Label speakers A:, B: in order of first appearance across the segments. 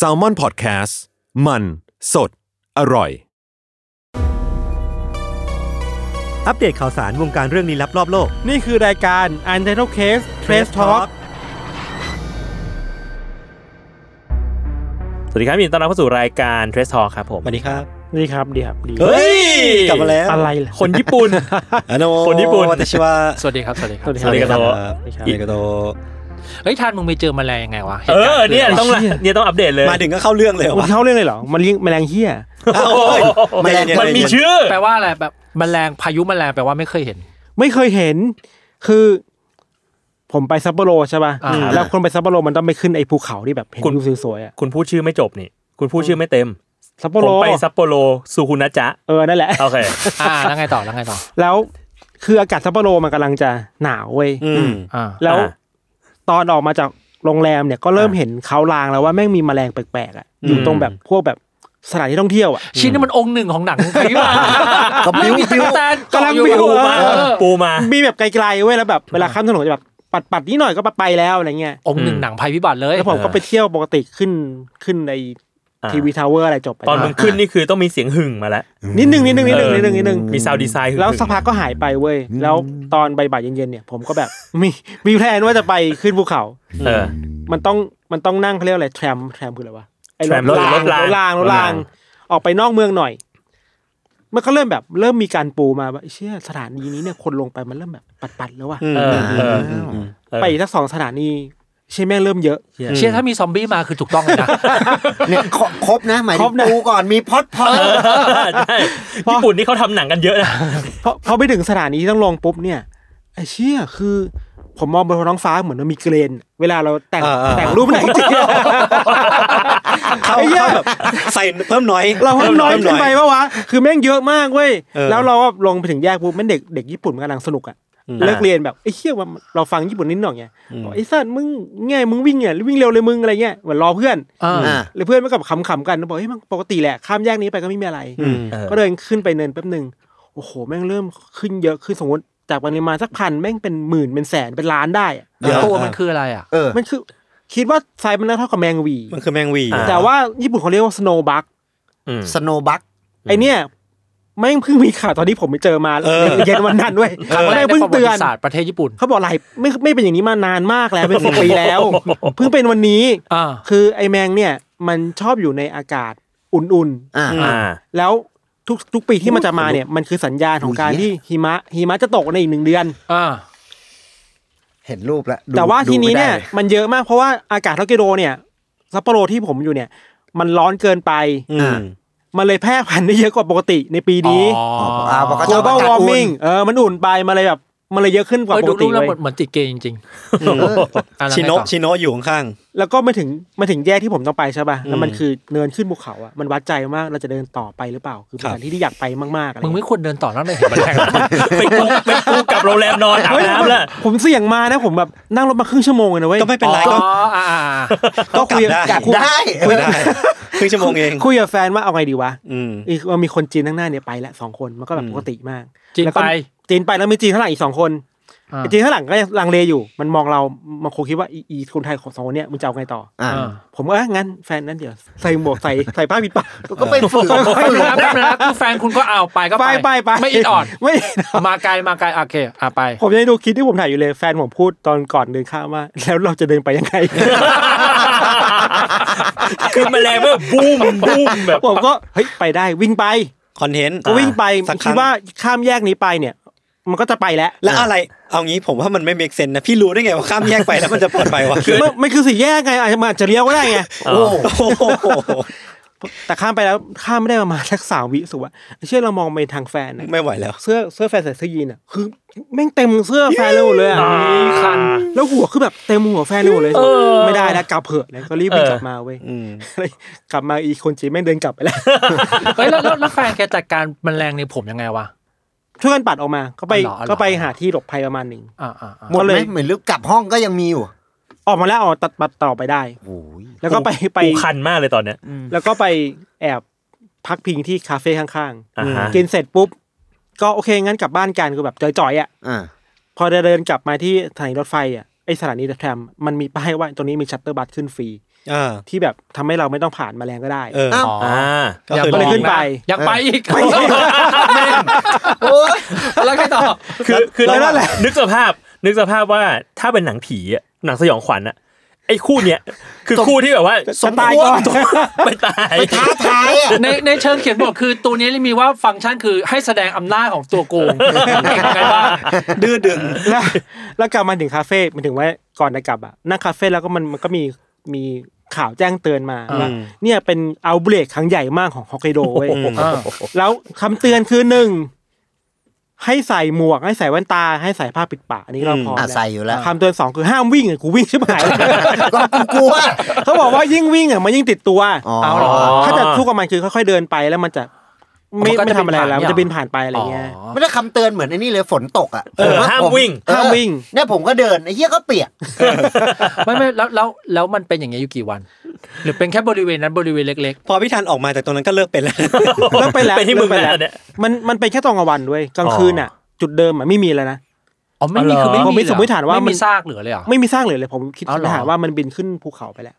A: s a l ม o n PODCAST มันสดอร่อย
B: อัปเดตข่าวสารวงการเรื่องลี้ลับรอบโลก
C: นี่คือรายการ Untitled Case Trace Talk
D: สวัสดีครับยินดีต้อนรับเข้าสู่รายการ Trace Talk ครับผม
B: สวัสดีครับ
C: นี่ครับเดียบดี
B: เฮ้ย กลับมาแล้ว
C: อะไรล่ะ
D: คนญี่ปุ่น
B: อะโน
D: คนญี่ปุ่น
B: วัตชิวะ
E: สวัสดีครับ สวัสดีครั
C: ส
E: บ
C: วัสดี
D: สวัสดีครับ
B: บ
C: สวัสดีครับ
B: อิกาโต
E: เฮ้ยทานมึงไปเจอแมลงยังไงวะ
D: เออ
E: หตุการณ์
D: เนี่ยต้องละเนี่ยต้องอัปเดตเลย
B: มาถึงก็เข้าเรื่องเลยเหรอ
C: มั
B: วะ
C: นเข้าเรื่องเลยเหรอ มันเลี้ยงแมลงเหี้ย
B: อ้าวเฮ้ย
D: มัน
B: ใจเย็
D: มันมี
B: ใจเย็
D: ชื่อ
E: แปลว่าอะไรแบบแมลงพายุแมลงแปลว่าไม่เคยเห็น
C: ไม่เคยเห็น คือ ผมไปซัปโปโรใช่ป่ะ
E: อ่า
C: แล้วคนไปซัปโปโรมันต้องไปขึ้นไอ้ภูเขาที่แบบเห็น
D: คุณ
C: วิวสวยๆอ่ะ
D: คุณพูดชื่อไม่จบนี่ คุณพูดชื่อไม่เต็ม
C: ซัปโปโร
D: ผมไปซัปโปโรซูคุนะจ๊ะ
C: เออ นั่นแหละ
D: โอเค
E: อ่าแล้วไงต่อแล้วไงต่อ
C: แล้ว คืออากาศซัปโปโรมันกำลังจะหนาวเว้ย
B: อืม
E: อ่า
C: แล้ว
D: อ่า
C: ตอนออกมาจากโรงแรมเนี่ยก็เริ่มเห็นเขาลางแล้วว่าแม่งมีแมลงแปลกๆอ่ะ อยู่ตรงแบบพวกแบบสถานที่ท่องเที่ยวอ่ะ
E: ชิ้นนี้มันองค์หนึ่งของหนังใครบ้าง
B: ก็บิ้วบิ้ว
E: ตาล
C: กำลัง
E: อยู่
C: บิ้ว
D: ปูมา
E: เออ
D: ปูมา
C: มีแบบไกลๆเว้ยแล้วแบบเวลาข้ามถนนจะแบบปัดปัดนิดหน่อยก็ไปแล้วอะไรเงี้ย
E: องค์หนึ่งหนังภัยพิบัติเลย
C: แล้วผมก็ไปเที่ยวปกติขึ้นขึ้นใน
D: อ่า
C: ทีวีทาวเวอร์อะไรจบไป
D: ตอนมึง
C: แล้ว
D: ขึ้นนี่คือต้องมีเสียงหึ่งมาแล้ว
C: นิดนึงนิดนึงนิดนึงนิดนึงนิดนึง
D: มีซาวดีไซน์หึ่ง
C: แล้วสักพักก็หายไปเว้ยแล้วตอนบ่ายๆเย็นๆเนี่ยผมก็แบบ มีมีแพลนว่าจะไปขึ้นภูเขา
D: เออ
C: มันต้องมันต้องนั่งเขาเรียกอะไรแทรมแทรมคืออะไรวะไอ้
D: แทรม
C: รถราง
D: ร
C: ร
D: ถราร
C: ถางงรถราง
D: รถราง
C: ออกไปนอกเมืองหน่อย มันก็เริ่มแบบเริ่มมีการปูมาว่าไอ้เชื่อสถานีนี้เนี่ยคนลงไปมันเริ่มแบบปัดๆแล้วว่ะ
B: อืม
D: เออเออ เออ
C: ไปอีกสักสองสถานีใช่แม่งเริ่มเยอะ
E: เชื่อถ้ามีซอมบี้มาคือถูกต้องเลยนะ
F: เนี่ยครบครบนะ หมาย
C: ค
F: ถึ
C: รง บนะ
F: ปูก่อนมีพอดพอด
D: ใช่ญี่ปุ่นนี่เขาทำหนังกันเยอะนะ
C: เพราะพอไปถึงสถานีที่ต้องลงปุ๊บเนี่ยไอ้เชี่ยคือ ผมมองบนท้องฟ้าเหมือนมันมีเกรน เวลาเราแต่งแต่งรูปหนังจริง
B: เข้าเข้าแบบใส่เพิ่มน้อย
C: เราเพิ่มน้อยขึ้นไปปะวะคือแม่งเยอะมากเว้ย
B: เออ
C: แล้วเราก็ลงไปถึงแยกปุ๊บแม่งเด็กเด็กญี่ปุ่นมันกำลังสนุกอ่ะเลิกเรียนแบบไอ้เชี่ยว่าเราฟังญี่ปุ่นนิดหน่อยไงบอกไอ้สัตว์มึงไงมึงวิ่งเนี่ยวิ่งเร็วเลยมึงอะไรเงี้ยเหมือนรอเพื่อน
E: อ่า
F: อ่ะ
C: แล้วเพื่อนมันก็แบบขำๆกันแล้วบอกเฮ้ยมันปกติแหละข้ามแยกนี้ไปก็ไม่มีอะไร
B: อืม
D: เออ
C: ก็เดินขึ้นไปเนินแป๊บหนึ่งโอ้โห แม่งเริ่มขึ้นเยอะขึ้นสมมติจากปริมาณสักพันแม่งเป็นหมื่นเป็นแสนเป็นล้านได้อะ
E: ตัวมันคืออะไรอ่ะ
F: เออ
C: มันคือคิดว่าไซส์มันน่าเท่ากับแมงวี
B: มันคือแมงวี
C: แต่ว่าญี่ปุ่นเขาเรียกว่าสโนว์บัค
D: อืม
F: สโนบัก
C: ไอเนี้ยแม่งเพิ่งมีข่าวตอนที่ผมไปเจอมาในเย็นวันนั้นด้วย
E: ครั้งแร
C: แม่
E: ก
C: ง
E: ใน
C: เพิ่ง
E: ประวั
C: เตือน
E: ติศาสตร์ประเทศญี่ปุ่น
C: เขาบอกหลายไม่ไม่เป็นอย่างนี้มานานมากแล้วเป็นสิบปีแล้ว เพิ่งเป็นวันนี้
E: อ่า
C: คือไอแมงเนี่ยมันชอบอยู่ในอากาศอุ่นๆ
F: อ่ะ
D: อ่า
C: แล้วทุกทุกปีที่มันจะมาเนี่ยมันคือสัญญาณของการ
F: ดูเหี้
C: ที่
F: ย
C: หิมะหิมะจะตกในอีกหนึ่งเดือน
E: อ่า
F: เห็นรูปแล้วดู
C: แต่ว่า
F: ดู
C: ทีนี้
F: ไม่
C: เนี่ย
F: ได้
C: มันเยอะมากเพราะว่าอากาศทอกโดเนี่ยซัปโปโรที่ผมอยู่เนี่ย มันร้อนเกินไป
B: อืม
C: มันเลยแพร่พันธุ์ได้เยอะกว่าปกติในปีนี้
E: อ๋อ
F: อ่าบอกเขาชอบ
C: global
F: กาศอุ่น
C: warming เออมันอุ่นไปมันเลยแบบมันเลยเยอะขึ้นกว่า
E: เอ้ย
C: ป
E: ดู
C: ก
E: รู
C: ติ
E: ปแล้ว
C: เลย
E: เหมือนติดเกมจริง
B: อืม
E: ๆอ่ะแล้ว
B: ชิ
E: ไง
B: โนะ
E: ต่อ
B: ชิโนะอยู่ข้าง
C: แล้วก็มาถึงมาถึงแยกที่ผมต้องไปใช่ป่ะแล้วมัน
B: อืม
C: คือเนินขึ้นภูเขาอ่ะมันวัดใจว่าเราจะเดินต่อไปหรือเปล่า คือเป็
B: ครับ
C: นสถานที่ที่อยากไปมากๆอะไร
E: มึง
C: เงี้ย
E: ไม่ควรเดินต่อแล้วเลยเห็นแมลง
D: ไปกูไปกูกลับโรงแรมนอนอาบ
C: เฮ้ย
D: น้ำแล้ว
C: ผมเสี่ยงมานะผมแบบนั่งรถมาครึ่งชั่วโมงเลยนะเว้ย
B: ก็ไม่เป็นไร
E: อ๋
B: ก็
E: ออ่าอ่าอ่า
B: ก็กลับได้
C: คุยกับคุย
F: ได้
B: ไม่ได้ครึ่งชั่วโมงเอง
C: คุยกับแฟนว่าเอาไงดีวะ
B: อืม
C: อีกมันมีคนจีนข้างหน้าเนี่ยไปละสองคนมันก็แบบปกติมาก
E: จีน
C: แล้วก็
E: ไป
C: จีนไปแล้วมีจีนข้างหลังอีกสองคน
E: อ่า
C: ไอ้จีนข้างหลังก็ยังลังเลอยู่ มันมองเรามันคงคิดว่าอีอีคนไทยของสองคนเนี่ยมึงจะเอาไงต่อ
F: อ่ะ
E: อ่า
C: ผมก็เอ้ยงั้นแฟนนั้นเดี๋ยวใส่หมวกใส่ใส่ผ้าปิดปาก
F: ก็ไปฝึกฝึก
E: ครับ
F: นะ
E: นะครับคือแฟนคุณก็เอาไปก็
C: ไปไปไป
E: ไม่อิดออด
C: ไม่
E: มาไกลมาไกลโอเคอ่ะไป
C: ผมยังดูคลิปที่ผมถ่ายอยู่เลยแฟนผมพูดตอนก่อนเดินข้ามว่า แล้วเราจะเดินไปยั งไง
D: คือแมลงแบบบูมบูมแบบ
C: ผมก็เฮ้ยไปได้วิ่งไป
B: คอนเทนต์
C: ก็วิ่งไป
B: สักค
C: คิ
B: รั้
C: ด
B: ง
C: ว่าข้ามแยกนี้ไปเนี่ย มันก็จะไปแล้ว
B: แล้วอะไร เอางี้ผมว่ามันไม่เมกเซนนะ พี่รู้ได้ไงว่าข้ามแยกไปแล้วมันจะปลอดภัยวะ
C: คือมันมันคือสี่แยกไงอาจจะมันอาจจะเลี้ยวก็ได้ไง
B: โอ้โห
C: แต่ข้ามไปแล้วข้ามไม่ได้ประมาณสั กสามวิรู้สุว่าเชื่อเรามองไปทางแฟนนะ
B: ไม่ไหวแล้ว
C: เสื้อเสื้อแฟนใส่เสื้อยีนอ่ะคือแม่งเต็มเสื้อแฟนเลยหมดเลยอะ
D: คัน
C: แล้วหัวคือแบบเต็มหัวแฟนเลยหมดเลยไม่ได้แล้วกลับเผอะแล้วก็รีบวิ่ง
D: เออ
C: กลับมาเว้ย
B: อืม
C: เลยกลับมาอีกคนจีนแม่งเดินกลับไปแล้ว
E: เฮ้ยแล้วแล้วแล้วแฟนแกจัดการแมันแรงในผมยังไงวะ
C: ช่วยกันปัดออกมาก็ไป
E: อ๋อเหรอ
C: ก็ไปหาที่หลบภัยประมาณหนึ่ง
E: อ่าอ่าอ่า
F: หมด
C: ก็
F: ไห
C: เล
F: ม
C: ย
F: เหมือนลึกกลับห้องก็ยังมีอยู่
C: ออกมาแล้วออกตัดปัดต่อไปได้
F: โอ้ย
C: แล้วก็ไปไป
D: กูคันมากเลยตอนเนี้ย
C: แล้วก็ไปแอบพักพิงที่คาเฟ่ข้าง
D: อ่าฮะ
C: ๆกินเสร็จปุ๊บก็โอเคงั้นกลับบ้านกันคือแบบจ่อยๆอ่ะ
F: อ่ะ
C: พอเดินกลับมาที่สถานีรถไฟอ่ะ ไอสถานีแทรมมันมีป้ายว่าตรงนี้มีชัตเตอร์บัตขึ้นฟรี
B: อ่า
C: ที่แบบทำให้เราไม่ต้องผ่านแมลงก็ได้
B: เออ
F: อ้าว
E: อ๋อ
D: อ่า
B: ก็คือ
E: บ
C: เลยขึ้นไป
E: อยากไปอีกแม่งโอ้ยแล้วใครต่อ
D: คือคือ
B: แล้วนั่
D: เรา
B: นแหละ
D: นึกสภาพ นึกสภาพว่าถ้าเป็นหนังผีอะหนังสยองขวัญอะไอ้คู่เนี้ยคือคู่ที่แบบว่า
C: สมตายก่อน
D: ไปตาย
F: ไปท้าทายอ่ะ
E: ในในเชิงเขียนบทคือตัวนี้มีว่าฟังก์ชันคือให้แสดงอำนาจของตัวโกงใครบ้าง
B: ดื้อดึง
C: แล้วแล้วกลับมาถึงคาเฟ่หมันถึงว่าก่อนจะกลับอะนั่งคาเฟ่แล้วก็มันมันก็มีมีข่าวแจ้งเตือนมาว่าเนี่ยเป็นเอาเบรกครั้งใหญ่มากของฮอกไกโดเว้ย
E: อ่า
C: แล้วคำเตือนคือหนึ่งให้ใส่หมวกให้ใส่แว่นตาให้ใส่ผ้าปิดปากอันนี้เราพอแล้
F: อ่ะ
C: ว
F: ใส่อยู่แล้ว
C: คำเตือนสองคือห้ามวิ่งอะกูวิ่งชิบหาย
F: ก็กลัว
C: เขาบอกว่ายิ่งวิ่งอะมันยิ่งติดตัว
F: อ๋อ
E: เอาเหรอ
C: ถ้าจะทุกข์กับมันคือค่อยๆเดินไปแล้วมันจะไม่
E: มันก็จะ
C: ไม่ทำอะไรแล้ว
E: บินผ่าน
C: มันจะบินผ่านไปอะไรเงี้ย
F: ไม่ได้คำเตือนเหมือนไอ้นี่เลยฝนตกอ่ะ
D: เออห้ามวิ่ง
F: เออ
C: ห้ามวิ่ง
F: เนี่ยผมก็เดินไอ้เหี้ยก็เปียก
E: ไม่ไม่แล้วแล้วแล้วมันเป็นอย่างเงี้ยอยู่กี่วัน หรือเป็นแค่บริเวณนั้นบริเวณเล็ก
B: พอพี่ทันออกมาจากตรงนั้นก็เลิกเป็นแล้ว
C: เลิกไปแล้ว
D: เป็นที่มึง
C: เลิกไปแล้ว
D: แล้วเนี่ย
C: มันมันเป็นแค่ตอนกลางวันด้วยกลางคืนอ่ะ จุดเดิมอ่ะไม่มีแล้วนะ
E: ๆ อ๋อไม่มี
D: อ๋อเหรอ
E: คือไม่
C: ผม
E: มี
C: ไม่สมมุติฐานว่า
E: ไม่
C: มั
E: มี
C: น
E: ซากเหลือเลยเหรอ
C: ไม่มีสร้างเลยเลยผมคิด
E: อ๋อเหรอ
C: หาว่ามันบินขึ้นภูเขาไปแล้ว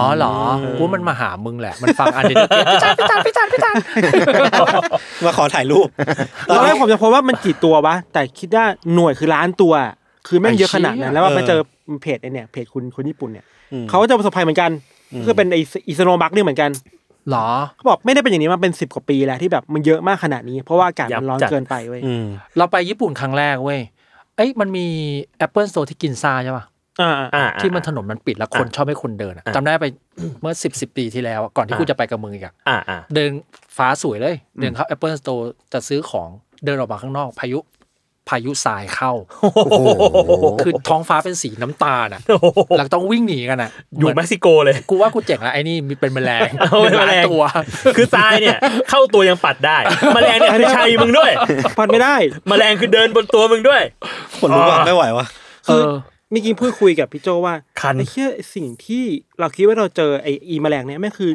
E: อ๋อเหรอกูว่ามันมาหามึงแหละ มันฟังอันเดนเกตพี่จันพี่จันพี่จันพี่จัน
B: มาขอถ่ายรูป
C: ตอนแรกผมจะพบว่ามันกี่ตัววะ แต่คิดว่าหน่วยคือล้านตัว คือแม่งเยอะขนาดนั้นแล้วว่า
B: เออ
C: มาเจอเพจไอเนี่ยเพจคุณคนญี่ปุ่นเนี่ย
B: อืม
C: เขาก็จะประสบภัยเหมือนกันก็เป็นไออิสโนบักเนี่ยเหมือนกัน
E: เหรอ
C: เขาบอกไม่ได้เป็นอย่างนี้มาเป็นสิบกว่าปีแล้วที่แบบมันเยอะมากขนาดนี้ เพราะว่าอากาศมันร้อน
D: ยับจัด
C: เกินไปเว้ย
B: อืม
E: เราไปญี่ปุ่นครั้งแรกเว้ย เอ้ยมันมี Apple Store ที่กินซาใช่ป่ะ
C: อ่า
D: อ่า
E: ที่มันถนนมันปิดแล้วคนชอบให้คนเดินอะ
D: อ่ะ
E: จำได้ไป เมื่อสิบสิบปีที่แล้วอะก่อนที่
D: อ่ะ
E: กูจะไปกับมึงอีกอะ
D: อ่าอ่า
E: เดินฟ้าสวยเลย เดินเข้า Apple Store จะซื้อของเดินออกมาข้างนอกพายุ พายุทรายเข้า
F: โอ้โห
E: คือท้องฟ้าเป็นสีน้ำตาลอ่ะหลังต้องวิ่งหนีกันอ่ะ
D: อยู่
E: เห
D: เม็
E: มืน
D: กซิโกเลย
E: กูว่ากูเจ๋งละไอ้นี่มีเป็นแมลง
D: เอาเป็นแมลง
E: หนึ่ตัว
D: คือทรายเนี่ย เข้าตัวยังปัดได้แมลงเนี่ยคือชัยมึงด้วย
C: ผ่อนไม่ได้
D: แมลงคือเดินบนตัวมึงด้วย
B: คนรู้ว่า
D: อ่า
B: ไม่ไหววะ
C: คือ
E: เออ
C: เมื่อกี้พูดคุยกับพี่โจ ว่า
D: คัน
C: ไอ้เชี่ยสิ่งที่เราคิดว่าเราเจอไอ้อีแมลงเนี้ยแม่งคือ